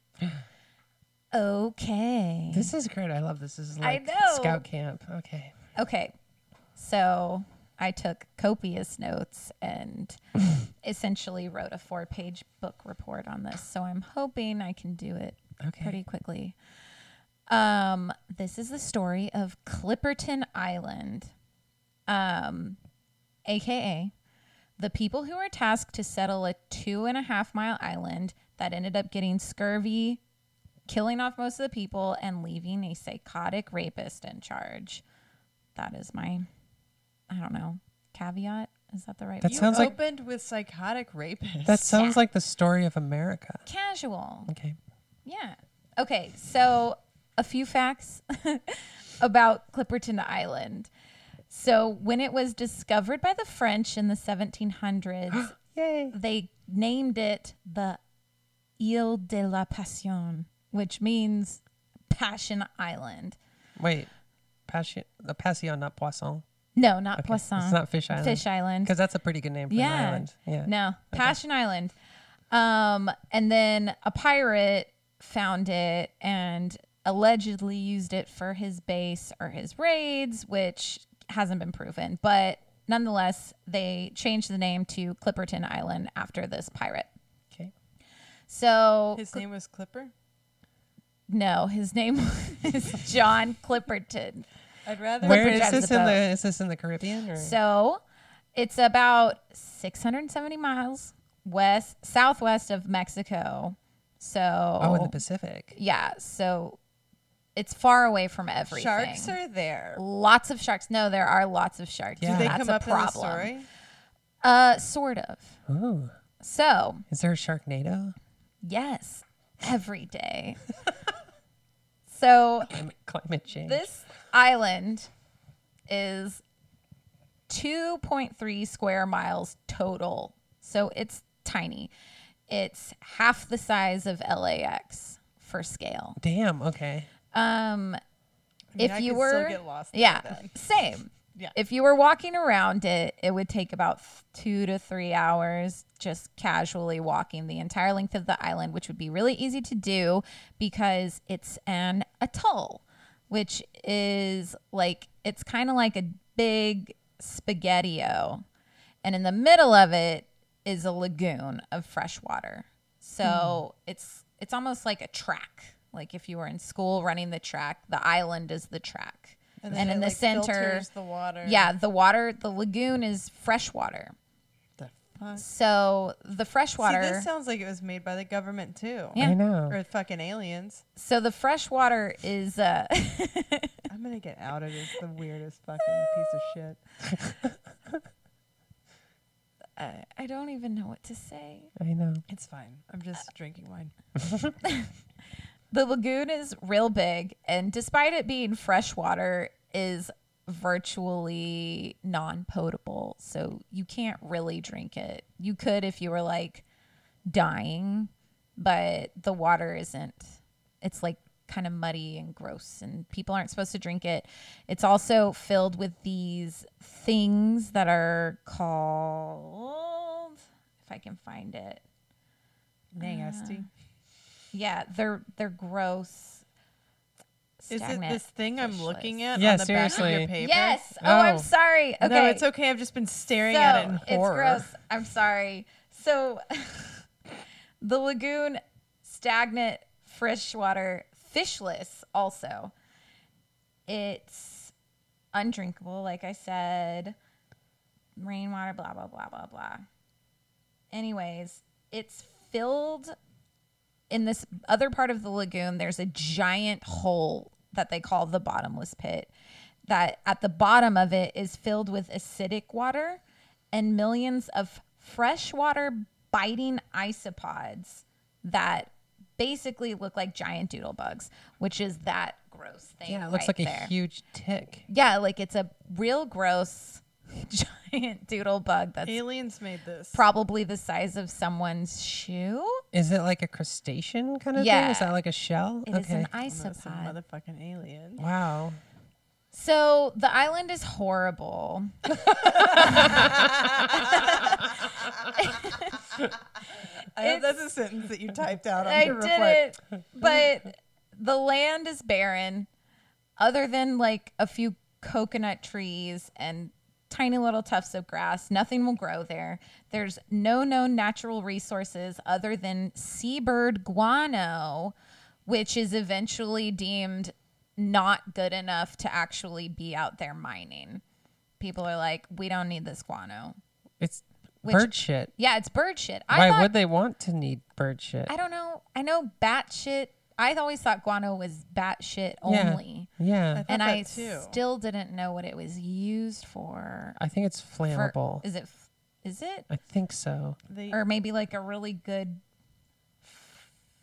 [SPEAKER 2] Okay.
[SPEAKER 4] This is great. I love this. This is like
[SPEAKER 2] Mm. know.
[SPEAKER 4] scout camp. Okay.
[SPEAKER 2] Okay. So I took copious notes and essentially wrote a four page book report on this. So I'm hoping I can do it
[SPEAKER 4] Okay.
[SPEAKER 2] pretty quickly. Um, this is the story of Clipperton Island, um, AKA the people who were tasked to settle a two and a half mile island that ended up getting scurvy, killing off most of the people, and leaving a psychotic rapist in charge. That is my, I don't know, caveat. Is that the right
[SPEAKER 4] That
[SPEAKER 3] You
[SPEAKER 2] word?
[SPEAKER 4] sounds like-
[SPEAKER 3] opened with psychotic rapist.
[SPEAKER 4] That sounds like the story of America.
[SPEAKER 2] Casual.
[SPEAKER 4] Okay.
[SPEAKER 2] Yeah. Okay. So, a few facts about Clipperton Island. So, when it was discovered by the French in the 1700s,
[SPEAKER 4] Yay.
[SPEAKER 2] they named it the Ile de la Passion, which means Passion Island.
[SPEAKER 4] Wait. Passion. The Passion, not Poisson.
[SPEAKER 2] No, not
[SPEAKER 4] Okay.
[SPEAKER 2] Poisson.
[SPEAKER 4] It's not Fish Island.
[SPEAKER 2] Fish Island.
[SPEAKER 4] Because that's a pretty good name for an island. Yeah.
[SPEAKER 2] No, Passion Island. Um, and then a pirate found it and allegedly used it for his base or his raids, which hasn't been proven. But nonetheless, they changed the name to Clipperton Island after this pirate.
[SPEAKER 4] Okay.
[SPEAKER 2] So
[SPEAKER 3] His name was Clipper.
[SPEAKER 2] no, his name is John Clipperton.
[SPEAKER 3] I'd rather
[SPEAKER 4] Where
[SPEAKER 2] Clipper
[SPEAKER 4] is
[SPEAKER 2] drives
[SPEAKER 4] this
[SPEAKER 2] the
[SPEAKER 4] in the?
[SPEAKER 2] boat.
[SPEAKER 4] Is this in the Caribbean or?
[SPEAKER 2] So it's about 670 miles west, southwest of Mexico. So,
[SPEAKER 4] oh, in the Pacific.
[SPEAKER 2] yeah. So it's far away from everything.
[SPEAKER 3] sharks are there.
[SPEAKER 2] lots of sharks. No, there are lots of sharks.
[SPEAKER 4] Do
[SPEAKER 3] Do they
[SPEAKER 2] That's
[SPEAKER 3] come
[SPEAKER 2] a
[SPEAKER 3] up
[SPEAKER 2] problem.
[SPEAKER 3] in the story?
[SPEAKER 2] Uh, sort of.
[SPEAKER 4] Ooh.
[SPEAKER 2] So
[SPEAKER 4] Is there a Sharknado?
[SPEAKER 2] yes, every day. so
[SPEAKER 4] Climate, climate change.
[SPEAKER 2] This island is 2.3 square miles total. So it's tiny. It's half the size of LAX for scale.
[SPEAKER 4] Damn. Okay.
[SPEAKER 2] Um
[SPEAKER 3] I mean,
[SPEAKER 2] if
[SPEAKER 3] I
[SPEAKER 2] you
[SPEAKER 3] could
[SPEAKER 2] were
[SPEAKER 3] still get lost.
[SPEAKER 2] Yeah. Same.
[SPEAKER 3] Yeah.
[SPEAKER 2] If you were walking around it, it would take about f- 2 to 3 hours just casually walking the entire length of the island, which would be really easy to do because it's an atoll, which is like it's kind of like a big spaghettio. And in the middle of it is a lagoon of fresh water. So it's it's almost like a track. Like if you were in school running the track, the island is the track. And,
[SPEAKER 3] then
[SPEAKER 2] in
[SPEAKER 3] it,
[SPEAKER 2] the
[SPEAKER 3] like,
[SPEAKER 2] center,
[SPEAKER 3] filters the water.
[SPEAKER 2] yeah, the water, the lagoon is fresh water.
[SPEAKER 3] The fuck?
[SPEAKER 2] So the fresh water,
[SPEAKER 3] See, this sounds like it was made by the government too.
[SPEAKER 2] Yeah.
[SPEAKER 4] I know.
[SPEAKER 3] Or fucking aliens.
[SPEAKER 2] so the fresh water is uh,
[SPEAKER 3] I'm gonna get out of this. The weirdest fucking piece of shit.
[SPEAKER 2] I, I don't even know what to say.
[SPEAKER 4] I know.
[SPEAKER 3] It's fine. I'm just drinking wine.
[SPEAKER 2] The lagoon is real big, and despite it being freshwater, is virtually non-potable. So you can't really drink it. You could if you were like dying, but the water isn't. It's like kind of muddy and gross, and people aren't supposed to drink it. It's also filled with these things that are called, if I can find it.
[SPEAKER 3] Nasty.
[SPEAKER 2] Ah, Yeah, they're they're gross.
[SPEAKER 3] Is it
[SPEAKER 2] stagnant
[SPEAKER 3] this thing I'm
[SPEAKER 2] fishlets.
[SPEAKER 3] looking at
[SPEAKER 4] Yeah,
[SPEAKER 3] on the back of
[SPEAKER 4] seriously.
[SPEAKER 3] your paper?
[SPEAKER 2] Yes. Oh, I'm
[SPEAKER 4] Oh.
[SPEAKER 2] sorry. Okay.
[SPEAKER 3] No, it's okay. I've just been staring at it in
[SPEAKER 2] So,
[SPEAKER 3] horror.
[SPEAKER 2] It's gross. I'm sorry. So the lagoon stagnant freshwater fishless also. It's undrinkable, like I said, rainwater, blah, blah, blah, blah, blah. Anyways, it's filled in this other part of the lagoon. There's a giant hole that they call the bottomless pit, that at the bottom of it is filled with acidic water and millions of freshwater biting isopods that basically look like giant doodle bugs, which is that gross thing.
[SPEAKER 4] Yeah, it looks
[SPEAKER 2] right
[SPEAKER 4] like
[SPEAKER 2] there.
[SPEAKER 4] a huge tick.
[SPEAKER 2] Yeah, like it's a real gross giant doodle bug that's
[SPEAKER 3] Aliens made this.
[SPEAKER 2] probably the size of someone's shoe.
[SPEAKER 4] Is it like a crustacean kind of thing? Is
[SPEAKER 2] Yeah.
[SPEAKER 4] that like a shell?
[SPEAKER 2] It is an
[SPEAKER 3] That's a
[SPEAKER 2] isopod.
[SPEAKER 3] motherfucking alien.
[SPEAKER 4] wow.
[SPEAKER 2] So the island is horrible.
[SPEAKER 3] I hope that's a sentence that you typed out on
[SPEAKER 2] I
[SPEAKER 3] your
[SPEAKER 2] did
[SPEAKER 3] report.
[SPEAKER 2] it, but the land is barren, other than like a few coconut trees and tiny little tufts of grass. Nothing will grow there. There's no known natural resources other than seabird guano, which is eventually deemed not good enough to actually be out there mining. People are like, we don't need this guano.
[SPEAKER 4] It's
[SPEAKER 2] Which-
[SPEAKER 4] bird shit.
[SPEAKER 2] Yeah, it's bird shit.
[SPEAKER 4] Why
[SPEAKER 2] I thought
[SPEAKER 4] would they want to need bird shit?
[SPEAKER 2] I don't know. I know bat shit. I always thought guano was bat shit
[SPEAKER 4] Yeah.
[SPEAKER 2] only.
[SPEAKER 4] yeah. I,
[SPEAKER 3] I- thought
[SPEAKER 2] And
[SPEAKER 3] that
[SPEAKER 2] I
[SPEAKER 3] too.
[SPEAKER 2] still didn't know what it was used for.
[SPEAKER 4] think it's
[SPEAKER 2] For-
[SPEAKER 4] flammable.
[SPEAKER 2] is it is it
[SPEAKER 4] I think so.
[SPEAKER 3] They-
[SPEAKER 2] or maybe like a really good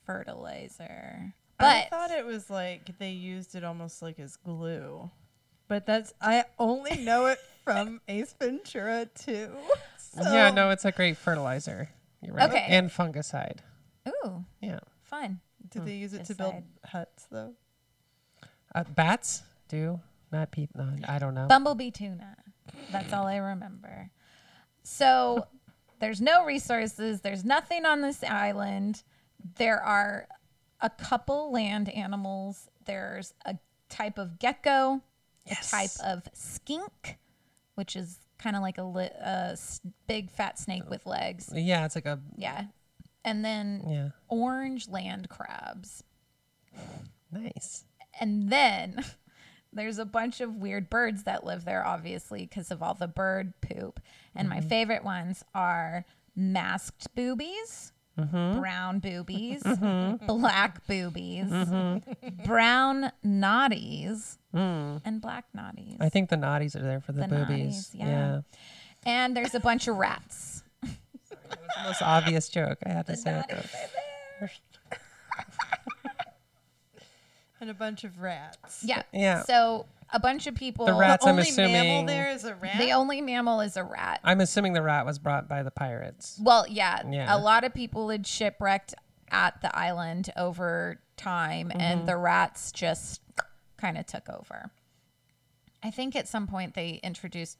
[SPEAKER 2] fertilizer.
[SPEAKER 3] I
[SPEAKER 2] But
[SPEAKER 3] thought it was like they used it almost like as glue. But that's I only know it from Ace Ventura too. So
[SPEAKER 4] yeah, no, it's a great fertilizer. You're right.
[SPEAKER 2] Okay.
[SPEAKER 4] And fungicide.
[SPEAKER 2] ooh,
[SPEAKER 4] Yeah.
[SPEAKER 2] fun.
[SPEAKER 3] Did they use it to build huts though?
[SPEAKER 4] Uh, bats do not peep. No, I don't know.
[SPEAKER 2] Bumblebee tuna. That's all I remember. So there's no resources. There's nothing on this island. There are a couple land animals. There's a type of gecko,
[SPEAKER 4] Yes.
[SPEAKER 2] type of skink, which is kind of like a, li- a s- big fat snake with legs.
[SPEAKER 4] Yeah, it's like a
[SPEAKER 2] Yeah. And then
[SPEAKER 4] yeah.
[SPEAKER 2] orange land crabs.
[SPEAKER 4] Nice.
[SPEAKER 2] And then there's a bunch of weird birds that live there, obviously, because of all the bird poop. And
[SPEAKER 4] Mm-hmm.
[SPEAKER 2] my favorite ones are masked boobies,
[SPEAKER 4] Mm-hmm.
[SPEAKER 2] brown boobies, black boobies,
[SPEAKER 4] Mm-hmm.
[SPEAKER 2] brown noddies, and black noddies.
[SPEAKER 4] Mm. I think the naughties are there for the,
[SPEAKER 2] The
[SPEAKER 4] boobies.
[SPEAKER 2] naughties, yeah. and there's a bunch of rats.
[SPEAKER 4] That was the most obvious joke. I had to say it.
[SPEAKER 3] And a bunch of rats.
[SPEAKER 2] Yeah.
[SPEAKER 4] Yeah.
[SPEAKER 2] So a bunch of people.
[SPEAKER 4] The rats- That's,
[SPEAKER 3] the
[SPEAKER 4] I'm
[SPEAKER 3] only mammal
[SPEAKER 4] assuming-
[SPEAKER 3] there is a rat.
[SPEAKER 2] the only mammal is a rat.
[SPEAKER 4] I'm assuming the rat was brought by the pirates.
[SPEAKER 2] Well, yeah,
[SPEAKER 4] Yeah.
[SPEAKER 2] a lot of people had shipwrecked at the island over time, and the rats just kind of took over. I think at some point they introduced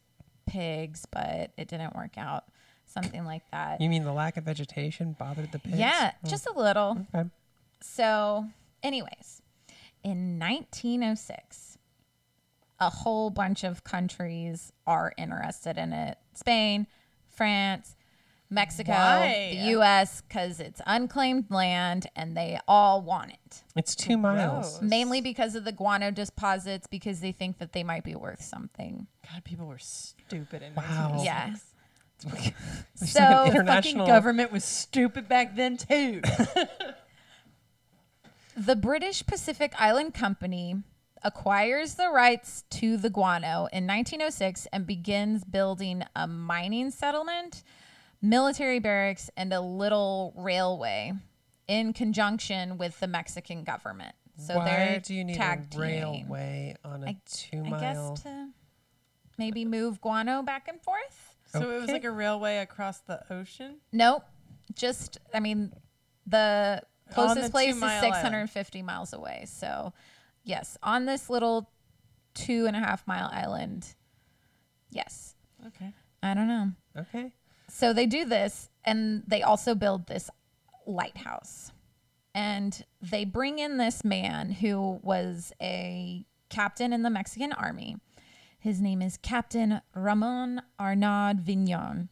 [SPEAKER 2] pigs, but it didn't work out. Something like that.
[SPEAKER 4] You mean the lack of vegetation bothered the pigs?
[SPEAKER 2] Yeah, just a little.
[SPEAKER 4] Okay.
[SPEAKER 2] So, anyways, in 1906, a whole bunch of countries are interested in it Spain, France, Mexico,
[SPEAKER 3] Why?
[SPEAKER 2] the US, because it's unclaimed land and they all want it.
[SPEAKER 4] It's two miles.
[SPEAKER 3] Gross.
[SPEAKER 2] Mainly because of the guano deposits, because they think that they might be worth something.
[SPEAKER 3] God, people were stupid in
[SPEAKER 4] Wow. Oh.
[SPEAKER 2] Yeah.
[SPEAKER 4] There's like an
[SPEAKER 2] So, fucking
[SPEAKER 4] international
[SPEAKER 3] Oh, Government was stupid back then too.
[SPEAKER 2] The British Pacific Island Company acquires the rights to the guano in 1906 and begins building a mining settlement, military barracks, and a little railway in conjunction with the Mexican government. So
[SPEAKER 4] Why
[SPEAKER 2] they're
[SPEAKER 4] do you need a
[SPEAKER 2] tag teaming.
[SPEAKER 4] railway on a
[SPEAKER 2] I-
[SPEAKER 4] two
[SPEAKER 2] I
[SPEAKER 4] mile?
[SPEAKER 2] guess to maybe move guano back and forth.
[SPEAKER 3] so it was
[SPEAKER 4] Okay.
[SPEAKER 3] like a railway across the ocean.
[SPEAKER 2] Nope. Just I mean the closest
[SPEAKER 3] the
[SPEAKER 2] place is
[SPEAKER 3] two-mile island.
[SPEAKER 2] 650 miles away. So, yes, on this little two and a half mile island. Yes.
[SPEAKER 3] Okay.
[SPEAKER 2] I don't know.
[SPEAKER 4] Okay.
[SPEAKER 2] So they do this and they also build this lighthouse. And they bring in this man who was a captain in the Mexican army. His name is Captain Ramon Arnaud Vignon.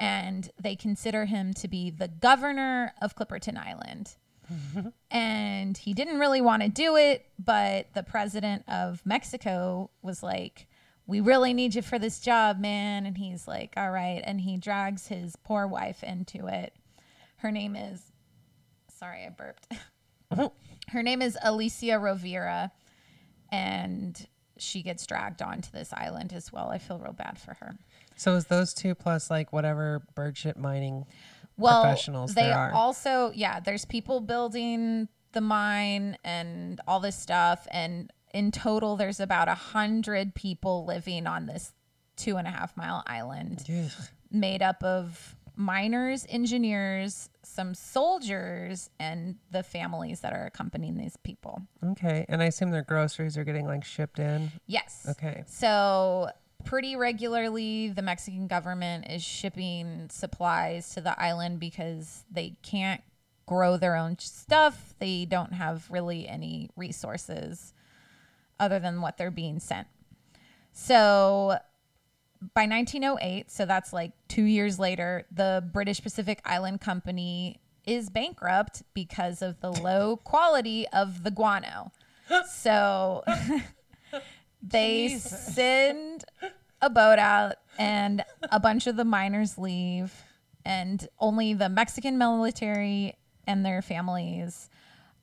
[SPEAKER 2] And they consider him to be the governor of Clipperton Island. and he didn't really want to do it, but the president of Mexico was like, we really need you for this job, man. And he's like, all right. And he drags his poor wife into it. Her name is, sorry, I burped. Her name is Alicia Rovira. And she gets dragged onto this island as well. I feel real bad for her.
[SPEAKER 4] So is those two plus like whatever bird shit mining
[SPEAKER 2] well,
[SPEAKER 4] professionals
[SPEAKER 2] they
[SPEAKER 4] there are.
[SPEAKER 2] also yeah there's people building the mine and all this stuff and in total there's about a hundred people living on this two and a half mile island
[SPEAKER 4] Ugh.
[SPEAKER 2] made up of miners engineers some soldiers and the families that are accompanying these people
[SPEAKER 4] Okay, and I assume their groceries are getting like shipped in.
[SPEAKER 2] yes
[SPEAKER 4] Okay.
[SPEAKER 2] so pretty regularly the Mexican government is shipping supplies to the island because they can't grow their own stuff. They don't have really any resources other than what they're being sent. So by 1908, so that's like 2 years later, the British Pacific Island Company is bankrupt because of the low quality of the guano. So they send a boat out and a bunch of the miners leave and only the mexican military and their families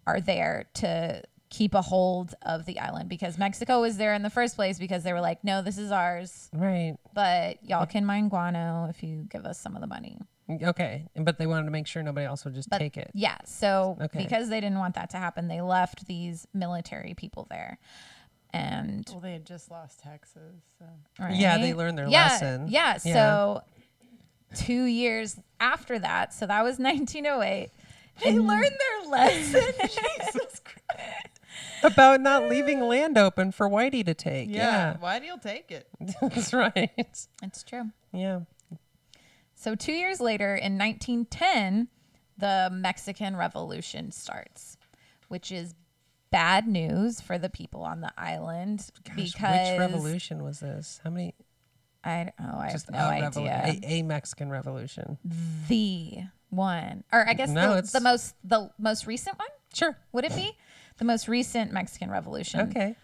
[SPEAKER 2] are there to keep a hold of the island because mexico was there in the first place because they were like no this is ours
[SPEAKER 4] Right.
[SPEAKER 2] but y'all can mine guano if you give us some of the money
[SPEAKER 4] Okay. But they wanted to make sure nobody else would just
[SPEAKER 2] but
[SPEAKER 4] take it.
[SPEAKER 2] Yeah. So
[SPEAKER 4] Okay.
[SPEAKER 2] because they didn't want that to happen, they left these military people there. And
[SPEAKER 3] Well, they had just lost Texas, so
[SPEAKER 4] Yeah, they
[SPEAKER 2] right?
[SPEAKER 4] learned their
[SPEAKER 2] yeah,
[SPEAKER 4] lesson.
[SPEAKER 2] Yeah.
[SPEAKER 4] Yeah.
[SPEAKER 2] So two years after that, so that was 1908. They learned their lesson.
[SPEAKER 4] About not leaving land open for Whitey to take. Yeah.
[SPEAKER 3] Why do you take it?
[SPEAKER 4] That's right.
[SPEAKER 2] it's true.
[SPEAKER 4] Yeah.
[SPEAKER 2] So two years later, in 1910, the Mexican Revolution starts, which is bad news for the people on the island because
[SPEAKER 4] Which revolution was this? How many?
[SPEAKER 2] I oh I have no
[SPEAKER 4] a
[SPEAKER 2] idea.
[SPEAKER 4] revolu- A, a Mexican revolution.
[SPEAKER 2] the one, or I guess
[SPEAKER 4] No,
[SPEAKER 2] the,
[SPEAKER 4] it's-
[SPEAKER 2] the most the most recent one
[SPEAKER 4] Sure.
[SPEAKER 2] would it be the most recent Mexican Revolution?
[SPEAKER 4] Okay.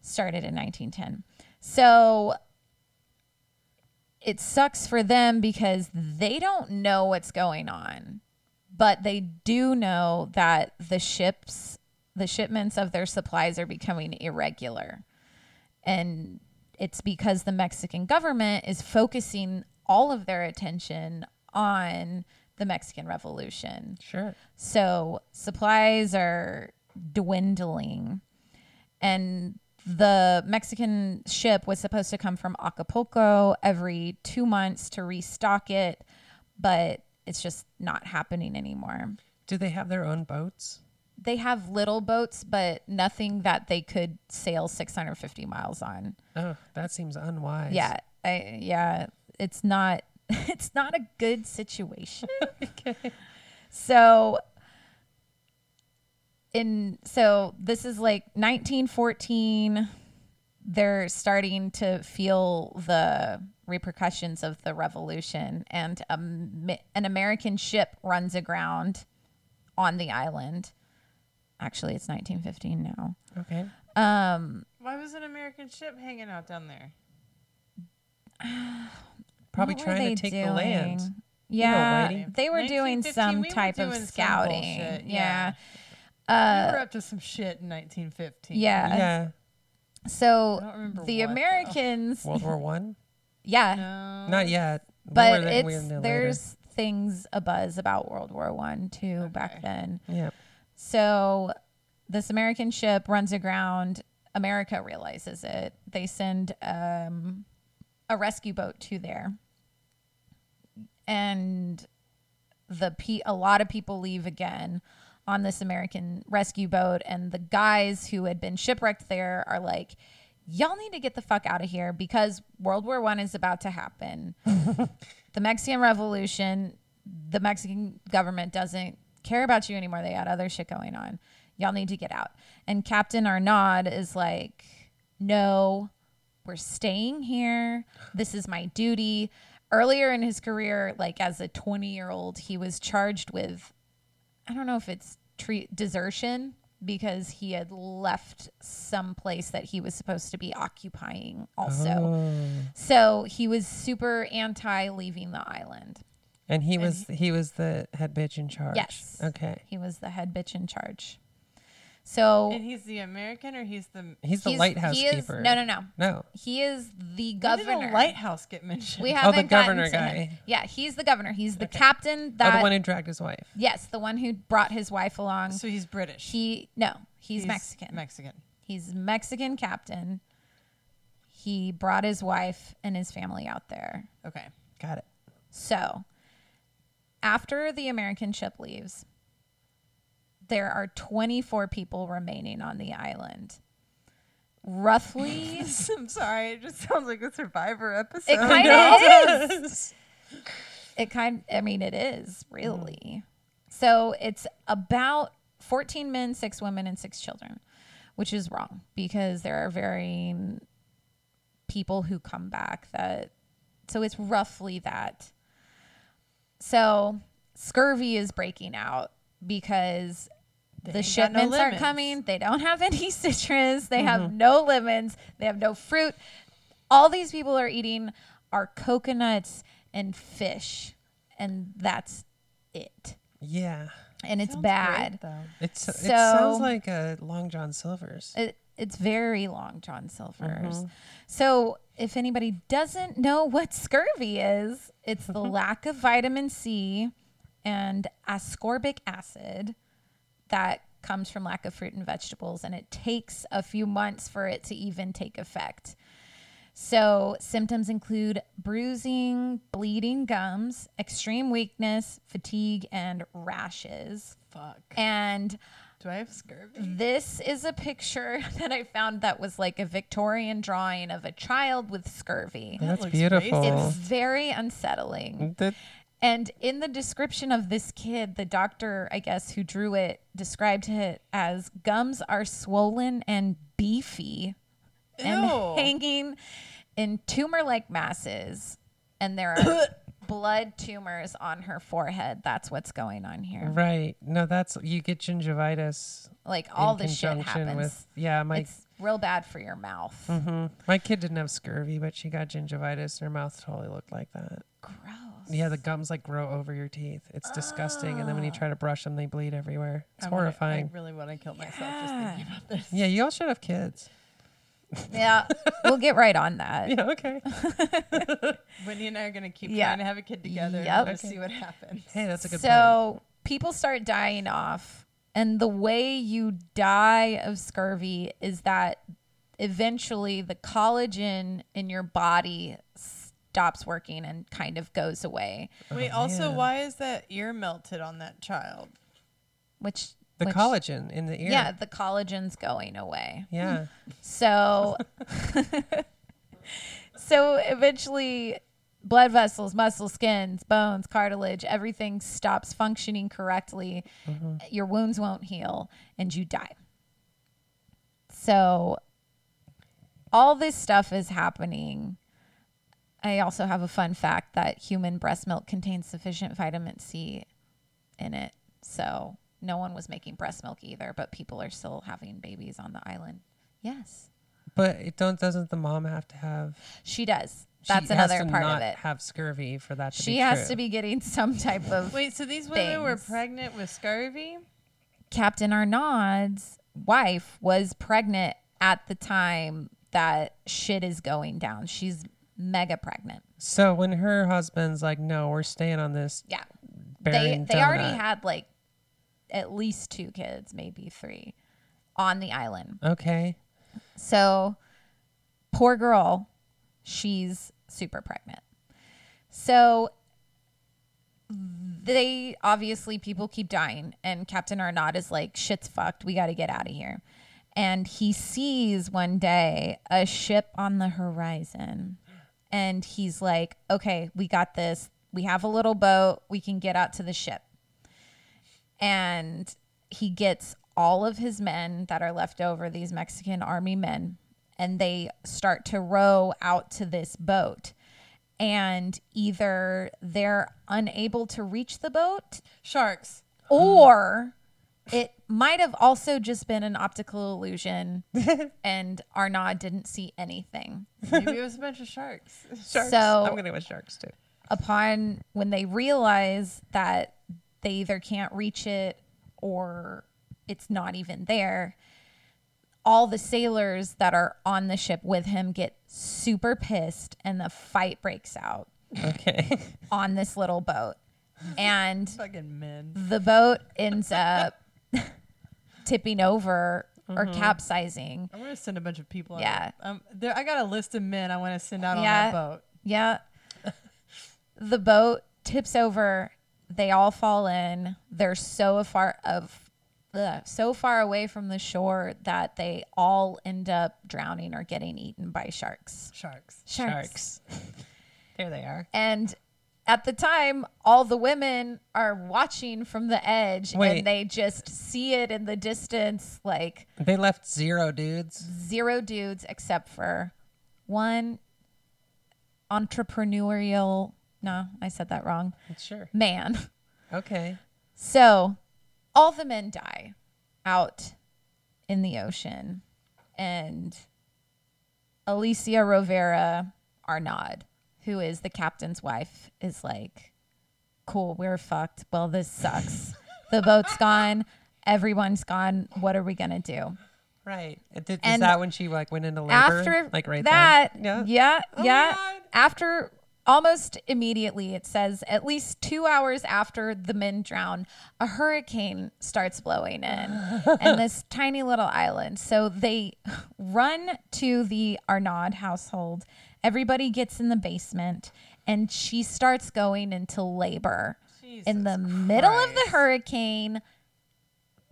[SPEAKER 2] started in 1910. So it sucks for them because they don't know what's going on, but they do know that the ships, the shipments of their supplies are becoming irregular. And it's because the Mexican government is focusing all of their attention on the Mexican Revolution.
[SPEAKER 4] Sure.
[SPEAKER 2] So supplies are dwindling. And the Mexican ship was supposed to come from Acapulco every two months to restock it, but it's just not happening anymore.
[SPEAKER 4] Do they have their own boats?
[SPEAKER 2] They have little boats, but nothing that they could sail 650 miles on.
[SPEAKER 4] Oh, that seems unwise.
[SPEAKER 2] Yeah, I, yeah, it's not it's not a good situation. So in so this is like 1914 they're starting to feel the repercussions of the revolution and a, mi- an American ship runs aground on the island. Actually, it's 1915 now.
[SPEAKER 4] Okay.
[SPEAKER 3] Why was an American ship hanging out down there?
[SPEAKER 4] Probably
[SPEAKER 2] What were
[SPEAKER 4] trying to
[SPEAKER 2] they
[SPEAKER 4] take the land.
[SPEAKER 2] doing?
[SPEAKER 4] know,
[SPEAKER 2] Yeah,
[SPEAKER 4] lady.
[SPEAKER 2] they were doing
[SPEAKER 3] 1915,
[SPEAKER 2] some
[SPEAKER 3] we were
[SPEAKER 2] type
[SPEAKER 3] doing
[SPEAKER 2] of
[SPEAKER 3] some
[SPEAKER 2] scouting.
[SPEAKER 3] bullshit,
[SPEAKER 2] yeah.
[SPEAKER 3] we were up to some shit in 1915.
[SPEAKER 2] yeah,
[SPEAKER 4] Yeah.
[SPEAKER 2] So
[SPEAKER 3] I don't remember
[SPEAKER 2] the
[SPEAKER 3] what, though.
[SPEAKER 2] Americans,
[SPEAKER 4] World War One?
[SPEAKER 2] yeah,
[SPEAKER 3] No.
[SPEAKER 4] Not yet. We
[SPEAKER 2] but
[SPEAKER 4] were there- we
[SPEAKER 2] it's
[SPEAKER 4] were there later.
[SPEAKER 2] there's things abuzz about World War One too back
[SPEAKER 3] Okay.
[SPEAKER 2] then.
[SPEAKER 4] Yeah.
[SPEAKER 2] So this American ship runs aground. America realizes it. They send um, a rescue boat to there, and the pe- a lot of people leave again on this American rescue boat, and the guys who had been shipwrecked there are like. Y'all need to get the fuck out of here because World War One is about to happen the Mexican Revolution, the Mexican government doesn't care about you anymore. They got other shit going on. Y'all need to get out. And Captain Arnaud is like, no, we're staying here. This is my duty. Earlier in his career, like as a 20 year old, he was charged with, I don't know if it's tre- desertion, because he had left some place that he was supposed to be occupying also.
[SPEAKER 4] Oh.
[SPEAKER 2] So he was super anti leaving the island.
[SPEAKER 4] And he was he was the head bitch in charge.
[SPEAKER 2] Yes.
[SPEAKER 4] Okay.
[SPEAKER 2] He was the head bitch in charge. So
[SPEAKER 3] And he's the American or he's the
[SPEAKER 4] He's the
[SPEAKER 2] he's-
[SPEAKER 4] lighthouse
[SPEAKER 2] he is,
[SPEAKER 4] keeper.
[SPEAKER 2] No, no, no.
[SPEAKER 4] No. Oh,
[SPEAKER 2] He is the
[SPEAKER 3] How did
[SPEAKER 2] governor.
[SPEAKER 3] the lighthouse get mentioned?
[SPEAKER 2] We
[SPEAKER 4] the
[SPEAKER 2] haven't gotten
[SPEAKER 4] governor
[SPEAKER 2] to him.
[SPEAKER 4] guy.
[SPEAKER 2] Yeah, he's the governor. He's the captain
[SPEAKER 4] Oh,
[SPEAKER 2] that
[SPEAKER 4] the one who dragged his wife.
[SPEAKER 2] Yes, the one who brought his wife along.
[SPEAKER 3] so he's British.
[SPEAKER 2] he no, he's, Mexican.
[SPEAKER 3] Mexican.
[SPEAKER 2] he's Mexican captain. He brought his wife and his family out there.
[SPEAKER 3] Okay.
[SPEAKER 4] Got it.
[SPEAKER 2] So, after the American ship leaves, there are 24 people remaining on the island. Roughly,
[SPEAKER 3] I'm sorry. It just sounds like a Survivor episode.
[SPEAKER 2] it kind of is. It kind I mean it is, really. So, it's about 14 men, 6 women and 6 children, which is wrong because there are varying people who come back that so it's roughly that so scurvy is breaking out because the
[SPEAKER 3] ain't got no
[SPEAKER 2] shipments are
[SPEAKER 3] lemons.
[SPEAKER 2] coming they don't have any citrus they have
[SPEAKER 3] Mm-hmm.
[SPEAKER 2] no lemons they have no fruit all these people are eating are coconuts and fish and that's it
[SPEAKER 4] Yeah.
[SPEAKER 2] and it's
[SPEAKER 3] Sounds
[SPEAKER 2] bad
[SPEAKER 3] great, though.
[SPEAKER 4] It's it sounds
[SPEAKER 2] So-
[SPEAKER 4] like a Long John Silver's.
[SPEAKER 2] It, it's very long, John Silver's. So, if anybody doesn't know what scurvy is, it's the lack of vitamin C and ascorbic acid that comes from lack of fruit and vegetables, and it takes a few months for it to even take effect. So, symptoms include bruising, bleeding gums, extreme weakness, fatigue, and rashes.
[SPEAKER 3] Fuck.
[SPEAKER 2] And
[SPEAKER 3] Do I have scurvy?
[SPEAKER 2] this is a picture that I found that was like a Victorian drawing of a child with scurvy.
[SPEAKER 4] That's
[SPEAKER 3] looks
[SPEAKER 4] beautiful.
[SPEAKER 2] It's very unsettling.
[SPEAKER 4] That-
[SPEAKER 2] And in the description of this kid, the doctor, I guess, who drew it described it as gums are swollen and beefy and
[SPEAKER 3] Ew.
[SPEAKER 2] hanging in tumor like masses. And there are blood tumors on her forehead. That's what's going on here.
[SPEAKER 4] right. No, that's you get gingivitis.
[SPEAKER 2] Like all
[SPEAKER 4] in
[SPEAKER 2] this shit
[SPEAKER 4] conjunction
[SPEAKER 2] happens.
[SPEAKER 4] With, yeah, my
[SPEAKER 2] it's real bad for your mouth.
[SPEAKER 4] mhm. my kid didn't have scurvy, but she got gingivitis. and Her mouth totally looked like that.
[SPEAKER 2] Gross.
[SPEAKER 4] Yeah, the gums like grow over your teeth. It's disgusting. And then when
[SPEAKER 2] Ah.
[SPEAKER 4] you try to brush them, they bleed everywhere. It's
[SPEAKER 3] I wanna-
[SPEAKER 4] horrifying.
[SPEAKER 3] I really want to kill myself just thinking about this.
[SPEAKER 4] yeah, you all should have kids.
[SPEAKER 2] Yeah, we'll get right on that.
[SPEAKER 4] Yeah, okay.
[SPEAKER 3] Whitney and I are going to keep
[SPEAKER 2] Yeah.
[SPEAKER 3] trying to have a kid together.
[SPEAKER 2] Yep.
[SPEAKER 3] and we'll
[SPEAKER 2] Okay.
[SPEAKER 3] see what happens.
[SPEAKER 4] Hey, that's a good plan.
[SPEAKER 2] so people start dying off, and the way you die of scurvy is that eventually the collagen in your body stops working and kind of goes away.
[SPEAKER 3] Wait, also, why is that ear melted on that child?
[SPEAKER 2] Which
[SPEAKER 4] The
[SPEAKER 2] which-
[SPEAKER 4] collagen in the ear.
[SPEAKER 2] Yeah, the collagen's going away.
[SPEAKER 4] Yeah.
[SPEAKER 2] So so eventually blood vessels, muscles, skins, bones, cartilage, everything stops functioning correctly. Your wounds won't heal and you die. So all this stuff is happening. I also have a fun fact that human breast milk contains sufficient vitamin C in it. So no one was making breast milk either, but people are still having babies on the island. Yes,
[SPEAKER 4] But it don't doesn't the mom have to have
[SPEAKER 2] she does.
[SPEAKER 4] she
[SPEAKER 2] That's
[SPEAKER 4] has
[SPEAKER 2] another
[SPEAKER 4] to
[SPEAKER 2] part of
[SPEAKER 4] not
[SPEAKER 2] it.
[SPEAKER 4] Have scurvy for that to
[SPEAKER 2] She
[SPEAKER 4] be
[SPEAKER 2] has
[SPEAKER 4] true.
[SPEAKER 2] to be getting some type of
[SPEAKER 3] Wait, so these women were
[SPEAKER 2] Things.
[SPEAKER 3] pregnant with scurvy?
[SPEAKER 2] Captain Arnaud's wife was pregnant at the time that shit is going down. She's mega pregnant.
[SPEAKER 4] So when her husband's like, "No, we're staying on this,"
[SPEAKER 2] Yeah.
[SPEAKER 4] Barren
[SPEAKER 2] they they already
[SPEAKER 4] donut.
[SPEAKER 2] had like at least two kids, maybe three on the island.
[SPEAKER 4] Okay.
[SPEAKER 2] So, poor girl, she's super pregnant. So, they obviously people keep dying, and Captain Arnaud is like, shit's fucked. We got to get out of here. And he sees one day a ship on the horizon, and he's like, okay, we got this. We have a little boat. We can get out to the ship and he gets all of his men that are left over, these Mexican army men, and they start to row out to this boat. And either they're unable to reach the boat
[SPEAKER 3] Sharks.
[SPEAKER 2] or It might have also just been an optical illusion, and Arnaud didn't see anything.
[SPEAKER 3] Maybe it was a bunch of sharks.
[SPEAKER 2] Sharks. So-
[SPEAKER 4] I'm gonna go with sharks too.
[SPEAKER 2] Upon when they realize that they either can't reach it or it's not even there, all the sailors that are on the ship with him get super pissed, and the fight breaks out
[SPEAKER 4] Okay.
[SPEAKER 2] on this little boat. And
[SPEAKER 3] Fucking men.
[SPEAKER 2] the boat ends up tipping over or
[SPEAKER 4] Mm-hmm.
[SPEAKER 2] capsizing.
[SPEAKER 3] I'm gonna send a bunch of people.
[SPEAKER 2] Yeah.
[SPEAKER 3] Out. Um, there, I got a list of men I want to send out
[SPEAKER 2] Yeah.
[SPEAKER 3] on that boat.
[SPEAKER 2] Yeah. the boat tips over. They all fall in. They're so far of ugh, so far away from the shore that they all end up drowning or getting eaten by sharks.
[SPEAKER 3] Sharks.
[SPEAKER 4] Sharks. there they are.
[SPEAKER 2] And at the time, all the women are watching from the edge
[SPEAKER 4] Wait.
[SPEAKER 2] and they just see it in the distance like
[SPEAKER 4] They left zero dudes.
[SPEAKER 2] zero dudes except for one entrepreneurial no i said that wrong
[SPEAKER 4] Sure.
[SPEAKER 2] man
[SPEAKER 4] Okay.
[SPEAKER 2] so all the men die out in the ocean and alicia rovera arnaud who is the captain's wife is like cool we're fucked well this sucks the boat's gone everyone's gone what are we gonna do
[SPEAKER 4] Right. It did- Is
[SPEAKER 2] And
[SPEAKER 4] that when she like went into labor?
[SPEAKER 2] after
[SPEAKER 4] like right
[SPEAKER 2] that,
[SPEAKER 4] then? Yeah. Oh
[SPEAKER 2] yeah, yeah.
[SPEAKER 3] God.
[SPEAKER 2] After almost immediately, it says at least two hours after the men drown, a hurricane starts blowing in, and this tiny little island. So they run to the Arnaud household. Everybody gets in the basement, and she starts going into labor in the middle of the hurricane.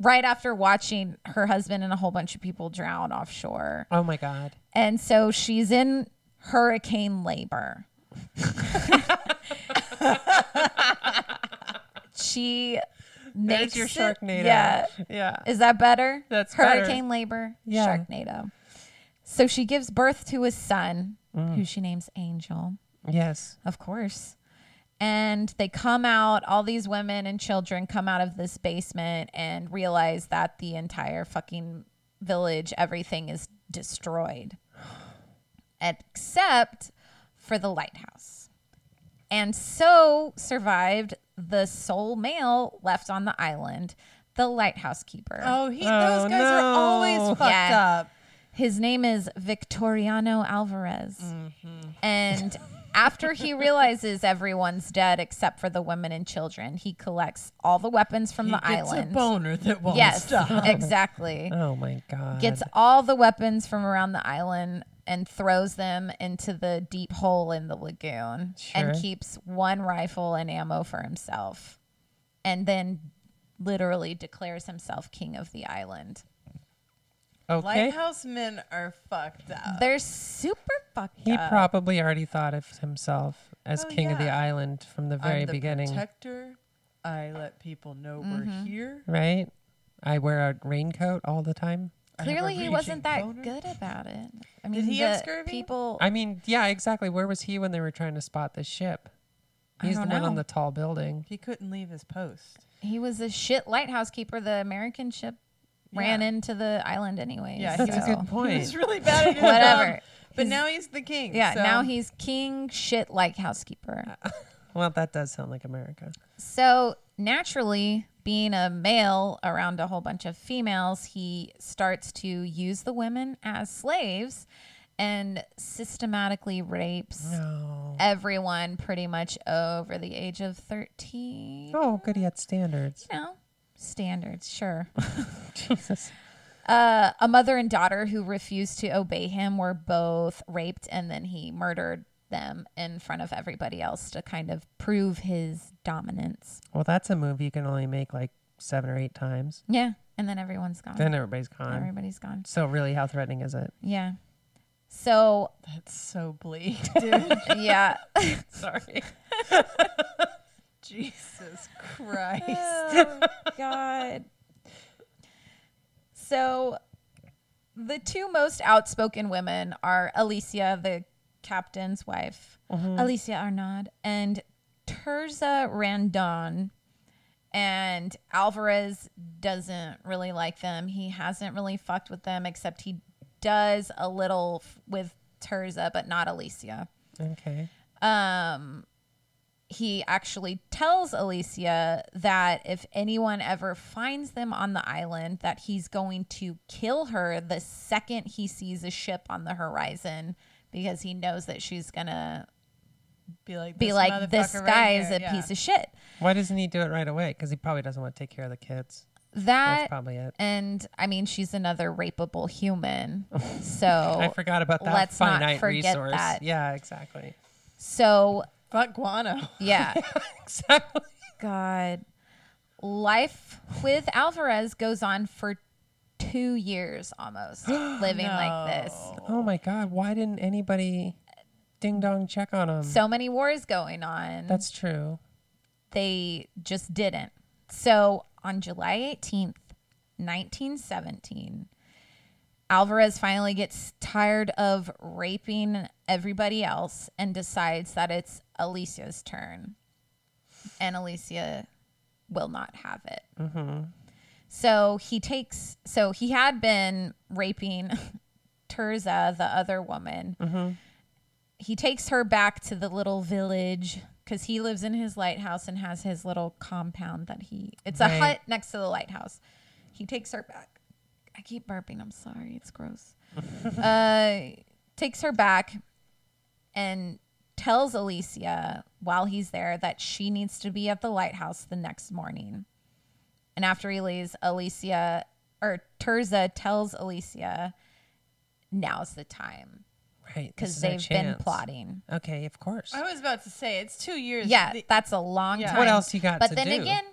[SPEAKER 2] Right after watching her husband and a whole bunch of people drown offshore.
[SPEAKER 4] Oh my god.
[SPEAKER 2] And so she's in hurricane labor. she makes
[SPEAKER 4] There's your
[SPEAKER 2] it-
[SPEAKER 4] Sharknado.
[SPEAKER 2] Yeah.
[SPEAKER 4] Yeah.
[SPEAKER 2] Is that better?
[SPEAKER 4] That's better.
[SPEAKER 2] hurricane labor,
[SPEAKER 4] Yeah.
[SPEAKER 2] Sharknado. So she gives birth to a son
[SPEAKER 4] Mm.
[SPEAKER 2] who she names Angel,
[SPEAKER 4] Yes.
[SPEAKER 2] of course. And they come out, all these women and children come out of this basement and realize that the entire fucking village, everything is destroyed except for the lighthouse. And so survived the sole male left on the island, the lighthouse keeper.
[SPEAKER 3] Oh, he.
[SPEAKER 4] Oh,
[SPEAKER 3] those guys are
[SPEAKER 4] no.
[SPEAKER 3] always fucked
[SPEAKER 2] Yeah.
[SPEAKER 3] up.
[SPEAKER 2] His name is Victoriano Alvarez.
[SPEAKER 4] Mm-hmm.
[SPEAKER 2] And after he realizes everyone's dead except for the women and children, he collects all the weapons from
[SPEAKER 3] He
[SPEAKER 2] the
[SPEAKER 3] gets
[SPEAKER 2] island.
[SPEAKER 3] a boner that won't
[SPEAKER 2] yes,
[SPEAKER 3] stop.
[SPEAKER 2] exactly.
[SPEAKER 4] Oh my god.
[SPEAKER 2] gets all the weapons from around the island and throws them into the deep hole in the lagoon
[SPEAKER 4] Sure.
[SPEAKER 2] and keeps one rifle and ammo for himself and then literally declares himself king of the island.
[SPEAKER 4] okay.
[SPEAKER 3] Lighthouse men are fucked up.
[SPEAKER 2] They're super fucked
[SPEAKER 4] Uh, He
[SPEAKER 2] up.
[SPEAKER 4] probably already thought of himself as
[SPEAKER 3] Uh, Oh,
[SPEAKER 4] king of the
[SPEAKER 3] yeah.
[SPEAKER 4] island from the
[SPEAKER 3] I'm
[SPEAKER 4] very
[SPEAKER 3] the
[SPEAKER 4] beginning,
[SPEAKER 3] Protector. I let people know
[SPEAKER 2] Mm-hmm.
[SPEAKER 3] we're here.
[SPEAKER 4] right? I wear a raincoat all the time.
[SPEAKER 3] I have a
[SPEAKER 2] Clearly he wasn't that
[SPEAKER 3] raging boner.
[SPEAKER 2] good about it. I mean,
[SPEAKER 3] he have
[SPEAKER 2] the
[SPEAKER 3] scurvy?
[SPEAKER 2] people
[SPEAKER 4] I mean, yeah, exactly. Where was he when they were trying to spot the ship?
[SPEAKER 2] I
[SPEAKER 4] He's the
[SPEAKER 2] don't
[SPEAKER 4] one on
[SPEAKER 2] know.
[SPEAKER 4] the tall building.
[SPEAKER 3] He couldn't leave his post.
[SPEAKER 2] he was a shit lighthouse keeper. The American ship ran
[SPEAKER 3] Yeah.
[SPEAKER 2] into the island anyways.
[SPEAKER 3] Yeah, he was
[SPEAKER 2] so-
[SPEAKER 4] Good
[SPEAKER 3] He
[SPEAKER 4] point.
[SPEAKER 3] was really bad at his
[SPEAKER 2] Whatever.
[SPEAKER 3] job, But now he's the king.
[SPEAKER 2] Yeah,
[SPEAKER 3] so-
[SPEAKER 2] now he's king shit lighthouse keeper.
[SPEAKER 4] Well, that does sound like America.
[SPEAKER 2] So naturally, being a male around a whole bunch of females, he starts to use the women as slaves and systematically rapes
[SPEAKER 4] No.
[SPEAKER 2] everyone pretty much over the age of 13.
[SPEAKER 4] Oh, good. He had standards.
[SPEAKER 2] You know, standards, sure.
[SPEAKER 4] Jesus.
[SPEAKER 2] Uh, a mother and daughter who refused to obey him were both raped, and then he murdered them in front of everybody else to kind of prove his dominance.
[SPEAKER 4] Well, that's a move you can only make like seven or eight times.
[SPEAKER 2] Yeah. And then everyone's gone.
[SPEAKER 4] Then everybody's gone.
[SPEAKER 2] Everybody's gone.
[SPEAKER 4] So, really, how threatening is it?
[SPEAKER 2] Yeah. So,
[SPEAKER 3] That's so bleak, dude.
[SPEAKER 2] yeah.
[SPEAKER 4] Sorry.
[SPEAKER 3] Jesus Christ.
[SPEAKER 2] oh, God. So, the two most outspoken women are Alicia, the captain's wife, Alicia Arnaud, and Terza Randon. And Alvarez doesn't really like them. He hasn't really fucked with them, except he does a little f- with Terza, but not Alicia
[SPEAKER 4] Okay.
[SPEAKER 2] um, he actually tells Alicia that if anyone ever finds them on the island, that he's going to kill her the second he sees a ship on the horizon because he knows that she's gonna
[SPEAKER 3] Be like
[SPEAKER 2] be
[SPEAKER 3] this
[SPEAKER 2] like, "This
[SPEAKER 3] motherfucker right
[SPEAKER 2] guy is
[SPEAKER 3] here."
[SPEAKER 2] a
[SPEAKER 3] Yeah.
[SPEAKER 2] piece of shit."
[SPEAKER 4] Why doesn't he do it right away? Because he probably doesn't want to take care of the kids. That's
[SPEAKER 2] That
[SPEAKER 4] probably it.
[SPEAKER 2] and I mean, she's another rapeable human,
[SPEAKER 4] I
[SPEAKER 2] so
[SPEAKER 4] forgot about that
[SPEAKER 2] let's not
[SPEAKER 4] finite
[SPEAKER 2] forget
[SPEAKER 4] resource.
[SPEAKER 2] that.
[SPEAKER 4] Yeah, exactly.
[SPEAKER 2] so
[SPEAKER 3] Fuck guano.
[SPEAKER 2] yeah.
[SPEAKER 4] Exactly.
[SPEAKER 2] God. Life with Alvarez goes on for two years almost, living like this.
[SPEAKER 4] Oh my God! Why didn't anybody ding dong check on him?
[SPEAKER 2] So many wars going on.
[SPEAKER 4] That's true.
[SPEAKER 2] they just didn't. So on July 18th, 1917, Alvarez finally gets tired of raping everybody else and decides that it's Alicia's turn. And Alicia will not have it. So he takes, so he had been raping Terza, the other woman. He takes her back to the little village because he lives in his lighthouse and has his little compound that he, it's a
[SPEAKER 4] Right.
[SPEAKER 2] hut next to the lighthouse. He takes her back. I keep burping. I'm sorry. It's gross. uh, takes her back and tells Alicia while he's there that she needs to be at the lighthouse the next morning. And after he leaves, Alicia or Terza tells Alicia, now's the time
[SPEAKER 4] Right. this
[SPEAKER 2] because
[SPEAKER 4] is our
[SPEAKER 2] they've been
[SPEAKER 4] chance.
[SPEAKER 2] plotting. Oh,
[SPEAKER 4] Okay, of course.
[SPEAKER 3] I was about to say it's two years.
[SPEAKER 2] Yeah,
[SPEAKER 3] The-
[SPEAKER 2] that's a long
[SPEAKER 3] Yeah.
[SPEAKER 2] time.
[SPEAKER 4] What else you got
[SPEAKER 2] But
[SPEAKER 4] to
[SPEAKER 2] then
[SPEAKER 4] do?
[SPEAKER 2] again,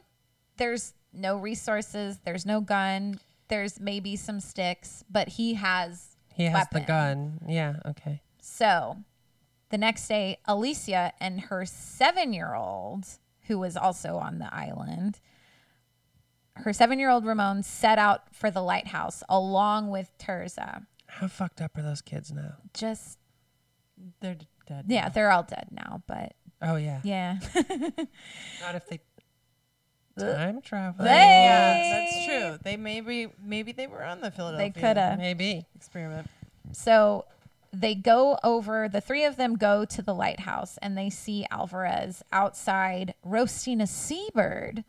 [SPEAKER 2] there's no resources, there's no gun, there's maybe some sticks, but he has
[SPEAKER 4] He has the
[SPEAKER 2] weapon.
[SPEAKER 4] gun. Yeah. Okay.
[SPEAKER 2] So the next day, Alicia and her seven year old, who was also on the island, her seven year old Ramon set out for the lighthouse along with Terza.
[SPEAKER 4] How fucked up are those kids now?
[SPEAKER 2] Just,
[SPEAKER 3] they're d- dead.
[SPEAKER 2] yeah, they're all dead now, but
[SPEAKER 4] Oh yeah.
[SPEAKER 2] yeah.
[SPEAKER 4] Not if they
[SPEAKER 2] Ugh.
[SPEAKER 4] time travel.
[SPEAKER 2] They-
[SPEAKER 3] Yeah, that's true. They maybe maybe they were on the
[SPEAKER 2] they
[SPEAKER 3] Philadelphia
[SPEAKER 2] could have.
[SPEAKER 4] Maybe.
[SPEAKER 3] experiment.
[SPEAKER 2] So they go over, the three of them go to the lighthouse and they see Alvarez outside roasting a seabird.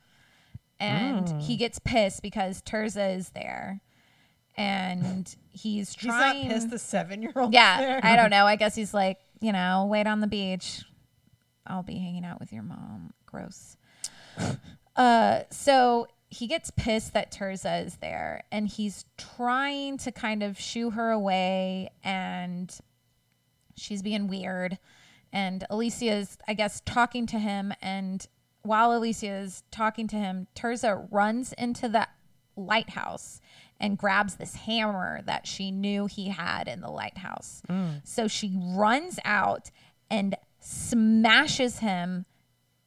[SPEAKER 2] And
[SPEAKER 3] Mm.
[SPEAKER 2] he gets pissed because Terza is there. And he's
[SPEAKER 3] He's not
[SPEAKER 2] trying.
[SPEAKER 3] pissed the seven year old.
[SPEAKER 2] yeah,
[SPEAKER 3] there.
[SPEAKER 2] I don't know. I guess he's like, you know, wait on the beach. I'll be hanging out with your mom. Gross. Uh, so he gets pissed that Terza is there and he's trying to kind of shoo her away and she's being weird. And Alicia's, I guess, talking to him. And while Alicia's talking to him, Terza runs into the lighthouse and grabs this hammer that she knew he had in the lighthouse. So she runs out and smashes him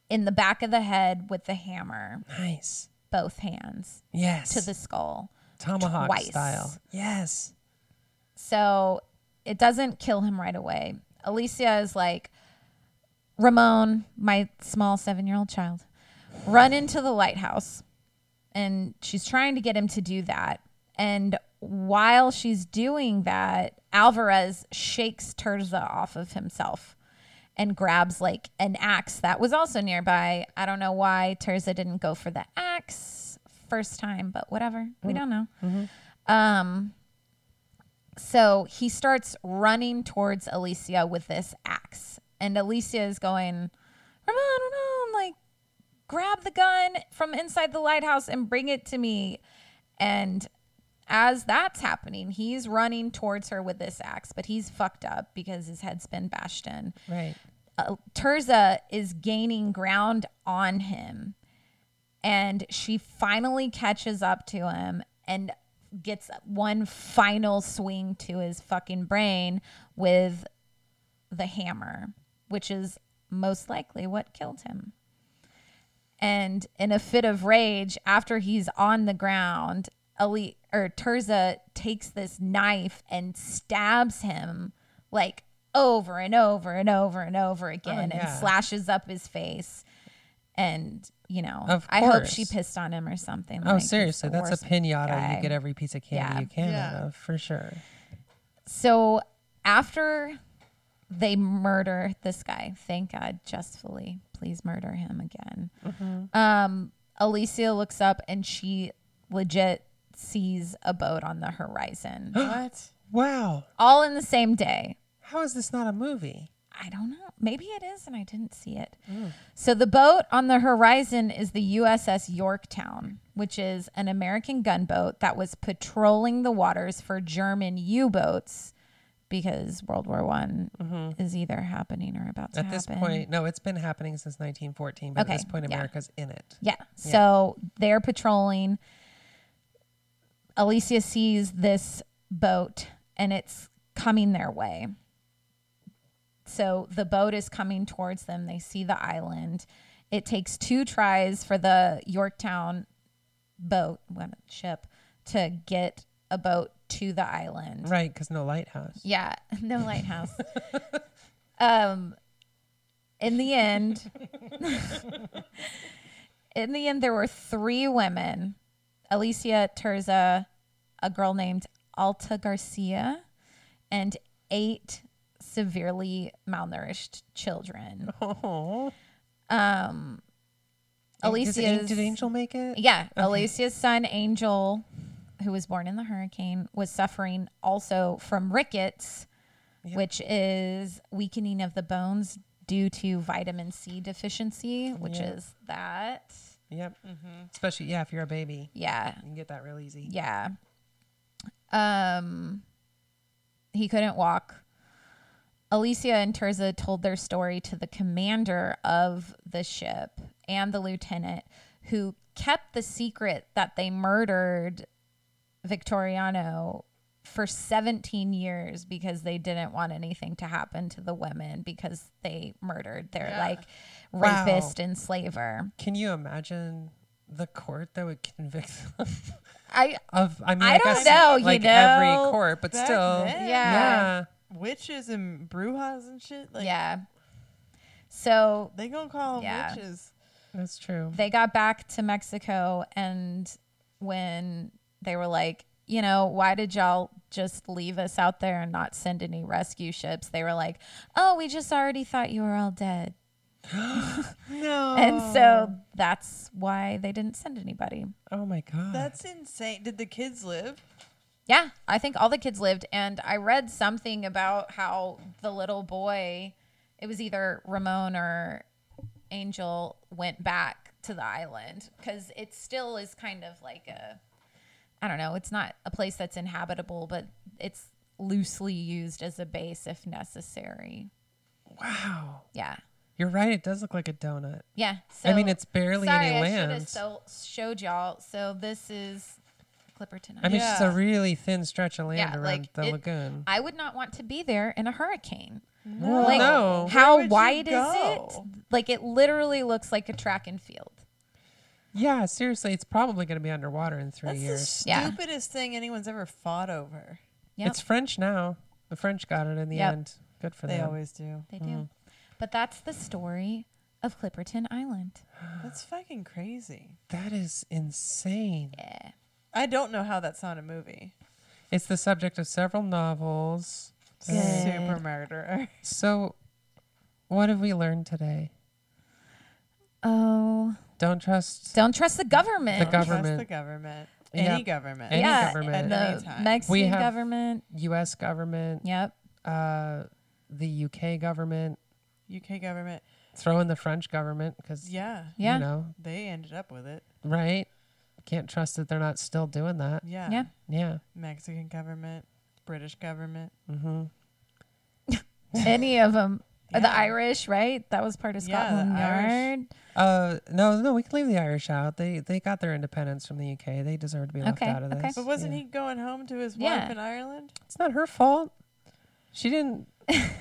[SPEAKER 2] in the back of the head with the hammer,
[SPEAKER 4] Nice.
[SPEAKER 2] both hands
[SPEAKER 4] Yes.
[SPEAKER 2] to the skull.
[SPEAKER 4] tomahawk
[SPEAKER 2] twice.
[SPEAKER 4] style. Yes.
[SPEAKER 2] So it doesn't kill him right away. Alicia is like, Ramon, my small seven year old child, run into the lighthouse. And she's trying to get him to do that. And while she's doing that, Alvarez shakes Terza off of himself and grabs like an axe that was also nearby. I don't know why Terza didn't go for the axe first time, but whatever. We don't know. Um, so he starts running towards Alicia with this axe. And Alicia is going, Ramon, Ramon, like, grab the gun from inside the lighthouse and bring it to me. And as that's happening, he's running towards her with this axe, but he's fucked up because his head's been bashed in
[SPEAKER 4] Right.
[SPEAKER 2] uh, Terza is gaining ground on him, and she finally catches up to him and gets one final swing to his fucking brain with the hammer, which is most likely what killed him. And in a fit of rage, after he's on the ground, Ali or Terza takes this knife and stabs him like over and over and over and over again and
[SPEAKER 4] yeah.
[SPEAKER 2] slashes up his face. And you know,
[SPEAKER 4] Of
[SPEAKER 2] I hope she
[SPEAKER 4] course.
[SPEAKER 2] pissed on him or something.
[SPEAKER 4] Oh,
[SPEAKER 2] like, he's
[SPEAKER 4] seriously,
[SPEAKER 2] the
[SPEAKER 4] that's a
[SPEAKER 2] worst
[SPEAKER 4] pinata.
[SPEAKER 2] guy.
[SPEAKER 4] You get every piece of candy
[SPEAKER 2] Yeah.
[SPEAKER 4] you can out
[SPEAKER 3] Yeah.
[SPEAKER 4] of, for sure.
[SPEAKER 2] So after they murder this guy, thank God, justfully, please murder him again.
[SPEAKER 4] Mm-hmm.
[SPEAKER 2] Um, Alicia looks up and she legit sees a boat on the horizon,
[SPEAKER 3] What?
[SPEAKER 4] Wow,
[SPEAKER 2] all in the same day.
[SPEAKER 4] how is this not a movie?
[SPEAKER 2] I don't know. Maybe it is, and I didn't see it.
[SPEAKER 4] Mm.
[SPEAKER 2] So the boat on the horizon is the USS Yorktown, which is an American gunboat that was patrolling the waters for German U-boats because World War One is either happening or about to
[SPEAKER 4] Mm-hmm. At
[SPEAKER 2] happen.
[SPEAKER 4] this point, no, it's been happening since 1914, but at this
[SPEAKER 2] Okay,
[SPEAKER 4] point,
[SPEAKER 2] yeah.
[SPEAKER 4] America's in it.
[SPEAKER 2] Yeah. So they're patrolling. Alicia sees this boat and it's coming their way. So the boat is coming towards them. They see the island. It takes two tries for the Yorktown boat, well, ship, to get a boat to the island.
[SPEAKER 4] Right, because no lighthouse.
[SPEAKER 2] Yeah, no lighthouse. um, in the end, in the end, there were three women: Alicia Terza, a girl named Alta Garcia, and eight severely malnourished children.
[SPEAKER 4] Oh,
[SPEAKER 2] Um,
[SPEAKER 4] Does An-
[SPEAKER 2] Alicia's
[SPEAKER 4] Did Angel make it?
[SPEAKER 2] yeah, Alicia's son Angel, who was born in the hurricane, was suffering also from rickets, which is weakening of the bones due to vitamin C deficiency, which
[SPEAKER 4] Yeah.
[SPEAKER 2] is that.
[SPEAKER 4] Yep. Especially, yeah, if you're a baby,
[SPEAKER 2] Yeah.
[SPEAKER 4] you can get that real easy.
[SPEAKER 2] Yeah. Um he couldn't walk. Alicia and Terza told their story to the commander of the ship and the lieutenant who kept the secret that they murdered Victoriano for 17 years because they didn't want anything to happen to the women because they murdered their like
[SPEAKER 4] Wow.
[SPEAKER 2] rapist and slaver.
[SPEAKER 4] Can you imagine the court that would convict them
[SPEAKER 2] I
[SPEAKER 4] of? I mean,
[SPEAKER 2] I
[SPEAKER 4] I,
[SPEAKER 2] don't
[SPEAKER 4] guess
[SPEAKER 2] know, you
[SPEAKER 4] like every
[SPEAKER 2] know.
[SPEAKER 4] court, but
[SPEAKER 3] Back
[SPEAKER 4] still,
[SPEAKER 3] then.
[SPEAKER 4] yeah.
[SPEAKER 3] Witches and brujas and shit. Like,
[SPEAKER 2] yeah. So
[SPEAKER 3] They gonna call 'em
[SPEAKER 2] Yeah.
[SPEAKER 3] witches.
[SPEAKER 4] that's true.
[SPEAKER 2] they got back to Mexico, and when they were like, you know, why did y'all just leave us out there and not send any rescue ships? They were like, oh, we just already thought you were all dead.
[SPEAKER 3] No.
[SPEAKER 2] And so that's why they didn't send anybody.
[SPEAKER 4] Oh my god,
[SPEAKER 3] That's insane. Did the kids live?
[SPEAKER 2] Yeah, I think all the kids lived. And I read something about how the little boy, it was either Ramon or Angel, went back to the island because it still is kind of like a, I don't know, it's not a place that's inhabitable, but it's loosely used as a base if necessary.
[SPEAKER 4] wow.
[SPEAKER 2] Yeah.
[SPEAKER 4] You're right. It does look like a donut.
[SPEAKER 2] Yeah. So,
[SPEAKER 4] I mean, it's barely
[SPEAKER 2] sorry,
[SPEAKER 4] any
[SPEAKER 2] I should have
[SPEAKER 4] land.
[SPEAKER 2] so, showed y'all. So this is Clipper tonight.
[SPEAKER 4] I mean, it's just
[SPEAKER 3] Yeah.
[SPEAKER 4] a really thin stretch of land
[SPEAKER 2] Yeah,
[SPEAKER 4] around
[SPEAKER 2] like,
[SPEAKER 4] the
[SPEAKER 2] it-
[SPEAKER 4] lagoon.
[SPEAKER 2] I would not want to be there in a hurricane.
[SPEAKER 4] well,
[SPEAKER 2] like
[SPEAKER 4] no.
[SPEAKER 2] how
[SPEAKER 3] would you
[SPEAKER 2] wide is it?
[SPEAKER 3] go?
[SPEAKER 2] Like it literally looks like a track and field.
[SPEAKER 4] Yeah, seriously, it's probably going to be underwater in three
[SPEAKER 3] That's the
[SPEAKER 4] years.
[SPEAKER 2] Yeah.
[SPEAKER 3] stupidest thing anyone's ever fought over.
[SPEAKER 2] Yep.
[SPEAKER 4] It's French now. The French got it in the
[SPEAKER 2] Yep.
[SPEAKER 4] end. Good for
[SPEAKER 3] They
[SPEAKER 4] them.
[SPEAKER 3] always do.
[SPEAKER 2] They do.
[SPEAKER 4] mm.
[SPEAKER 2] But that's the story of Clipperton Island.
[SPEAKER 3] That's fucking crazy.
[SPEAKER 4] that is insane.
[SPEAKER 2] Yeah.
[SPEAKER 3] I don't know how that's not a movie.
[SPEAKER 4] It's the subject of several novels.
[SPEAKER 2] Good.
[SPEAKER 3] Super murderer.
[SPEAKER 4] So, what have we learned today?
[SPEAKER 2] Oh,
[SPEAKER 4] Don't trust
[SPEAKER 2] don't trust the government.
[SPEAKER 4] The gov-
[SPEAKER 3] Trust
[SPEAKER 4] Government.
[SPEAKER 3] the government.
[SPEAKER 4] Yeah.
[SPEAKER 3] Any government.
[SPEAKER 4] Any
[SPEAKER 2] yeah,
[SPEAKER 4] government.
[SPEAKER 2] the
[SPEAKER 3] At any time.
[SPEAKER 2] Mexican
[SPEAKER 4] We have-
[SPEAKER 2] government.
[SPEAKER 4] U.S. government,
[SPEAKER 2] Yep.
[SPEAKER 4] uh, the U.K. government,
[SPEAKER 3] UK government.
[SPEAKER 4] throw in the French government because
[SPEAKER 3] Yeah.
[SPEAKER 2] Yeah.
[SPEAKER 4] you know,
[SPEAKER 3] They ended up with it.
[SPEAKER 4] right? Can't trust that they're not still doing that.
[SPEAKER 3] Yeah.
[SPEAKER 2] Yeah.
[SPEAKER 4] Yeah.
[SPEAKER 3] Mexican government, British government.
[SPEAKER 4] Mm-hmm.
[SPEAKER 2] Any of them. The
[SPEAKER 3] Yeah.
[SPEAKER 2] Irish, right? That was part of
[SPEAKER 3] Yeah, the
[SPEAKER 2] Scotland
[SPEAKER 3] Irish.
[SPEAKER 2] Yard.
[SPEAKER 4] Uh, no, no, we can leave the Irish out. They they got their independence from the UK. They deserve to be left
[SPEAKER 2] Okay,
[SPEAKER 4] out of
[SPEAKER 2] okay.
[SPEAKER 4] this.
[SPEAKER 3] But wasn't
[SPEAKER 4] Yeah.
[SPEAKER 3] he going home to his wife
[SPEAKER 2] Yeah.
[SPEAKER 3] in Ireland?
[SPEAKER 4] It's not her fault. She didn't.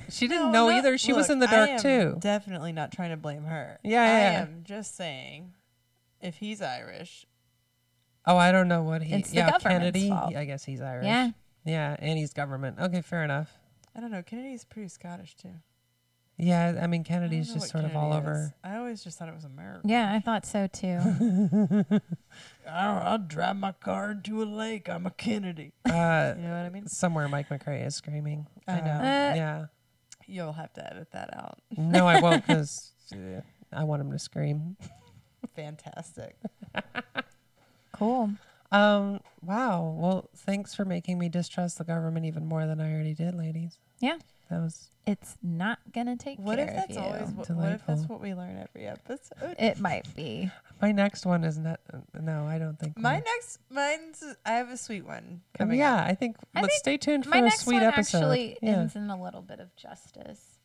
[SPEAKER 4] She didn't
[SPEAKER 3] No,
[SPEAKER 4] know
[SPEAKER 3] not-
[SPEAKER 4] either. She was
[SPEAKER 3] look,
[SPEAKER 4] in the
[SPEAKER 3] I
[SPEAKER 4] dark
[SPEAKER 3] am
[SPEAKER 4] too.
[SPEAKER 3] Definitely not trying to blame her.
[SPEAKER 4] Yeah,
[SPEAKER 3] I
[SPEAKER 4] yeah, yeah.
[SPEAKER 3] am just saying, if he's Irish,
[SPEAKER 4] Oh, I don't know what he.
[SPEAKER 2] It's the
[SPEAKER 4] yeah,
[SPEAKER 2] government's
[SPEAKER 4] Kennedy.
[SPEAKER 2] fault.
[SPEAKER 4] I guess he's Irish.
[SPEAKER 2] Yeah.
[SPEAKER 4] Yeah, and he's government. Okay, fair enough.
[SPEAKER 3] I don't know. Kennedy's pretty Scottish too.
[SPEAKER 4] Yeah, I
[SPEAKER 3] I
[SPEAKER 4] mean
[SPEAKER 3] don't
[SPEAKER 4] Kennedy's
[SPEAKER 3] know
[SPEAKER 4] just
[SPEAKER 3] what
[SPEAKER 4] sort of
[SPEAKER 3] Kennedy
[SPEAKER 4] all
[SPEAKER 3] is.
[SPEAKER 4] over.
[SPEAKER 3] I always just thought it was America.
[SPEAKER 2] Yeah, I thought so too.
[SPEAKER 3] I'll, I'll drive my car into a lake. I'm a Kennedy.
[SPEAKER 4] Uh,
[SPEAKER 3] You know what I mean?
[SPEAKER 4] somewhere Mike McRae is screaming.
[SPEAKER 3] I know.
[SPEAKER 4] Uh,
[SPEAKER 2] Uh,
[SPEAKER 4] yeah.
[SPEAKER 3] You'll have to edit that out.
[SPEAKER 4] No, I won't because I want him to scream.
[SPEAKER 3] Fantastic.
[SPEAKER 2] cool.
[SPEAKER 4] Um. Wow. Well, thanks for making me distrust the government even more than I already did, ladies.
[SPEAKER 2] Yeah.
[SPEAKER 4] That was.
[SPEAKER 2] It's not gonna take
[SPEAKER 3] What
[SPEAKER 2] care
[SPEAKER 3] if
[SPEAKER 2] of
[SPEAKER 3] that's
[SPEAKER 2] you.
[SPEAKER 3] always what, what if that's
[SPEAKER 4] Delightful.
[SPEAKER 3] what we learn every episode?
[SPEAKER 2] it might be.
[SPEAKER 4] My next one is not. No, I don't think.
[SPEAKER 3] My
[SPEAKER 4] we're-
[SPEAKER 3] next, mine's. I have a sweet one coming.
[SPEAKER 4] yeah,
[SPEAKER 3] up.
[SPEAKER 4] I think.
[SPEAKER 2] I
[SPEAKER 4] let's
[SPEAKER 2] think
[SPEAKER 4] stay tuned for
[SPEAKER 2] My
[SPEAKER 4] a
[SPEAKER 2] next
[SPEAKER 4] sweet
[SPEAKER 2] one
[SPEAKER 4] episode.
[SPEAKER 2] actually
[SPEAKER 4] yeah.
[SPEAKER 2] ends in a little bit of justice.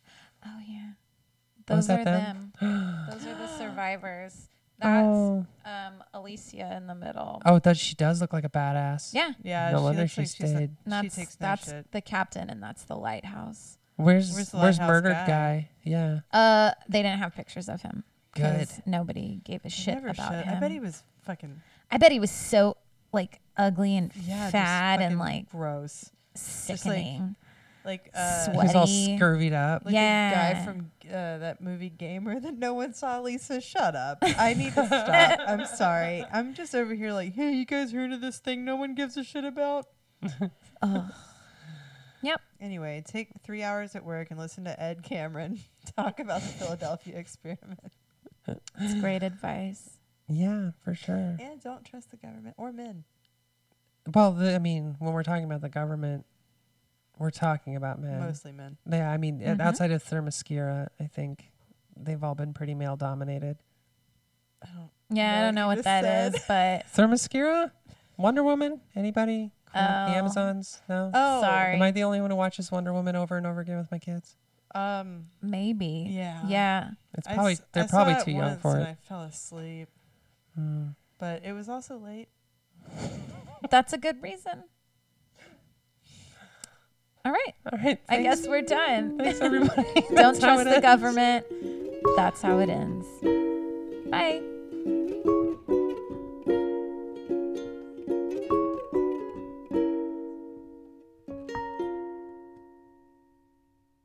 [SPEAKER 2] Oh yeah,
[SPEAKER 4] Oh,
[SPEAKER 2] those
[SPEAKER 4] is that
[SPEAKER 2] are
[SPEAKER 4] them?
[SPEAKER 2] them. Those are the survivors. That's
[SPEAKER 4] oh.
[SPEAKER 2] um, Alicia in the middle.
[SPEAKER 4] Oh, does she does look like a badass?
[SPEAKER 2] Yeah,
[SPEAKER 3] Yeah,
[SPEAKER 4] No
[SPEAKER 3] she
[SPEAKER 4] wonder
[SPEAKER 3] looks
[SPEAKER 4] she
[SPEAKER 3] like she's like-
[SPEAKER 4] stayed.
[SPEAKER 2] and that's
[SPEAKER 3] she takes no
[SPEAKER 2] that's
[SPEAKER 3] shit.
[SPEAKER 2] the captain, and that's the lighthouse.
[SPEAKER 4] Where's
[SPEAKER 3] Where's
[SPEAKER 4] Where's,
[SPEAKER 3] the lighthouse
[SPEAKER 4] murdered
[SPEAKER 3] guy?
[SPEAKER 4] guy? Yeah.
[SPEAKER 2] Uh, they didn't have pictures of him.
[SPEAKER 4] Good.
[SPEAKER 2] 'cause Nobody gave a shit
[SPEAKER 3] Never
[SPEAKER 2] about
[SPEAKER 3] should.
[SPEAKER 2] him.
[SPEAKER 3] I bet he was fucking
[SPEAKER 2] I bet he was so like ugly and
[SPEAKER 3] yeah, just
[SPEAKER 2] fat and
[SPEAKER 3] fucking
[SPEAKER 2] like
[SPEAKER 3] gross. like,
[SPEAKER 2] sickening.
[SPEAKER 3] Like uh,
[SPEAKER 2] Sweat.
[SPEAKER 4] He's all
[SPEAKER 2] Sweaty.
[SPEAKER 4] scurvied up.
[SPEAKER 3] Like a guy
[SPEAKER 2] Yeah.
[SPEAKER 3] from uh, that movie Gamer that no one saw. Lisa, shut up. I need to stop. I'm sorry. I'm just over here like, hey, you guys heard of this thing no one gives a shit about?
[SPEAKER 2] Ugh. yep.
[SPEAKER 3] Anyway, take three hours at work and listen to Ed Cameron talk about the Philadelphia experiment.
[SPEAKER 2] It's great advice.
[SPEAKER 4] Yeah, for sure.
[SPEAKER 3] And don't trust the government or men.
[SPEAKER 4] Well, the, I mean, when we're talking about the government, we're talking about men.
[SPEAKER 3] Mostly men.
[SPEAKER 4] Yeah, I mean, uh
[SPEAKER 2] Mhm.
[SPEAKER 3] Mm-hmm.
[SPEAKER 4] outside of Thermoscira, I think they've all been pretty male dominated.
[SPEAKER 3] I don't-
[SPEAKER 2] Yeah, I
[SPEAKER 3] Well,
[SPEAKER 2] don't know
[SPEAKER 3] you
[SPEAKER 2] what
[SPEAKER 3] just
[SPEAKER 2] that
[SPEAKER 3] said-
[SPEAKER 2] is, but
[SPEAKER 4] Thermoscira? Wonder Woman? Anybody? Cool.
[SPEAKER 2] Oh.
[SPEAKER 4] The Amazons? No?
[SPEAKER 3] Oh,
[SPEAKER 2] Sorry.
[SPEAKER 4] Am I the only one who watches Wonder Woman over and over again with my kids?
[SPEAKER 3] Um,
[SPEAKER 2] maybe.
[SPEAKER 3] Yeah.
[SPEAKER 2] Yeah.
[SPEAKER 4] It's
[SPEAKER 3] I
[SPEAKER 4] probably
[SPEAKER 3] s-
[SPEAKER 4] they're
[SPEAKER 3] I saw
[SPEAKER 4] probably
[SPEAKER 3] it
[SPEAKER 4] too young
[SPEAKER 3] once
[SPEAKER 4] for
[SPEAKER 3] and
[SPEAKER 4] it.
[SPEAKER 3] I fell asleep,
[SPEAKER 4] Mm.
[SPEAKER 3] but it was also late.
[SPEAKER 2] That's a good reason. All right.
[SPEAKER 4] All right.
[SPEAKER 2] I guess we're done.
[SPEAKER 4] Thanks everybody.
[SPEAKER 2] Don't
[SPEAKER 4] how
[SPEAKER 2] trust
[SPEAKER 4] it
[SPEAKER 2] the
[SPEAKER 4] ends.
[SPEAKER 2] government. That's how it ends. Bye.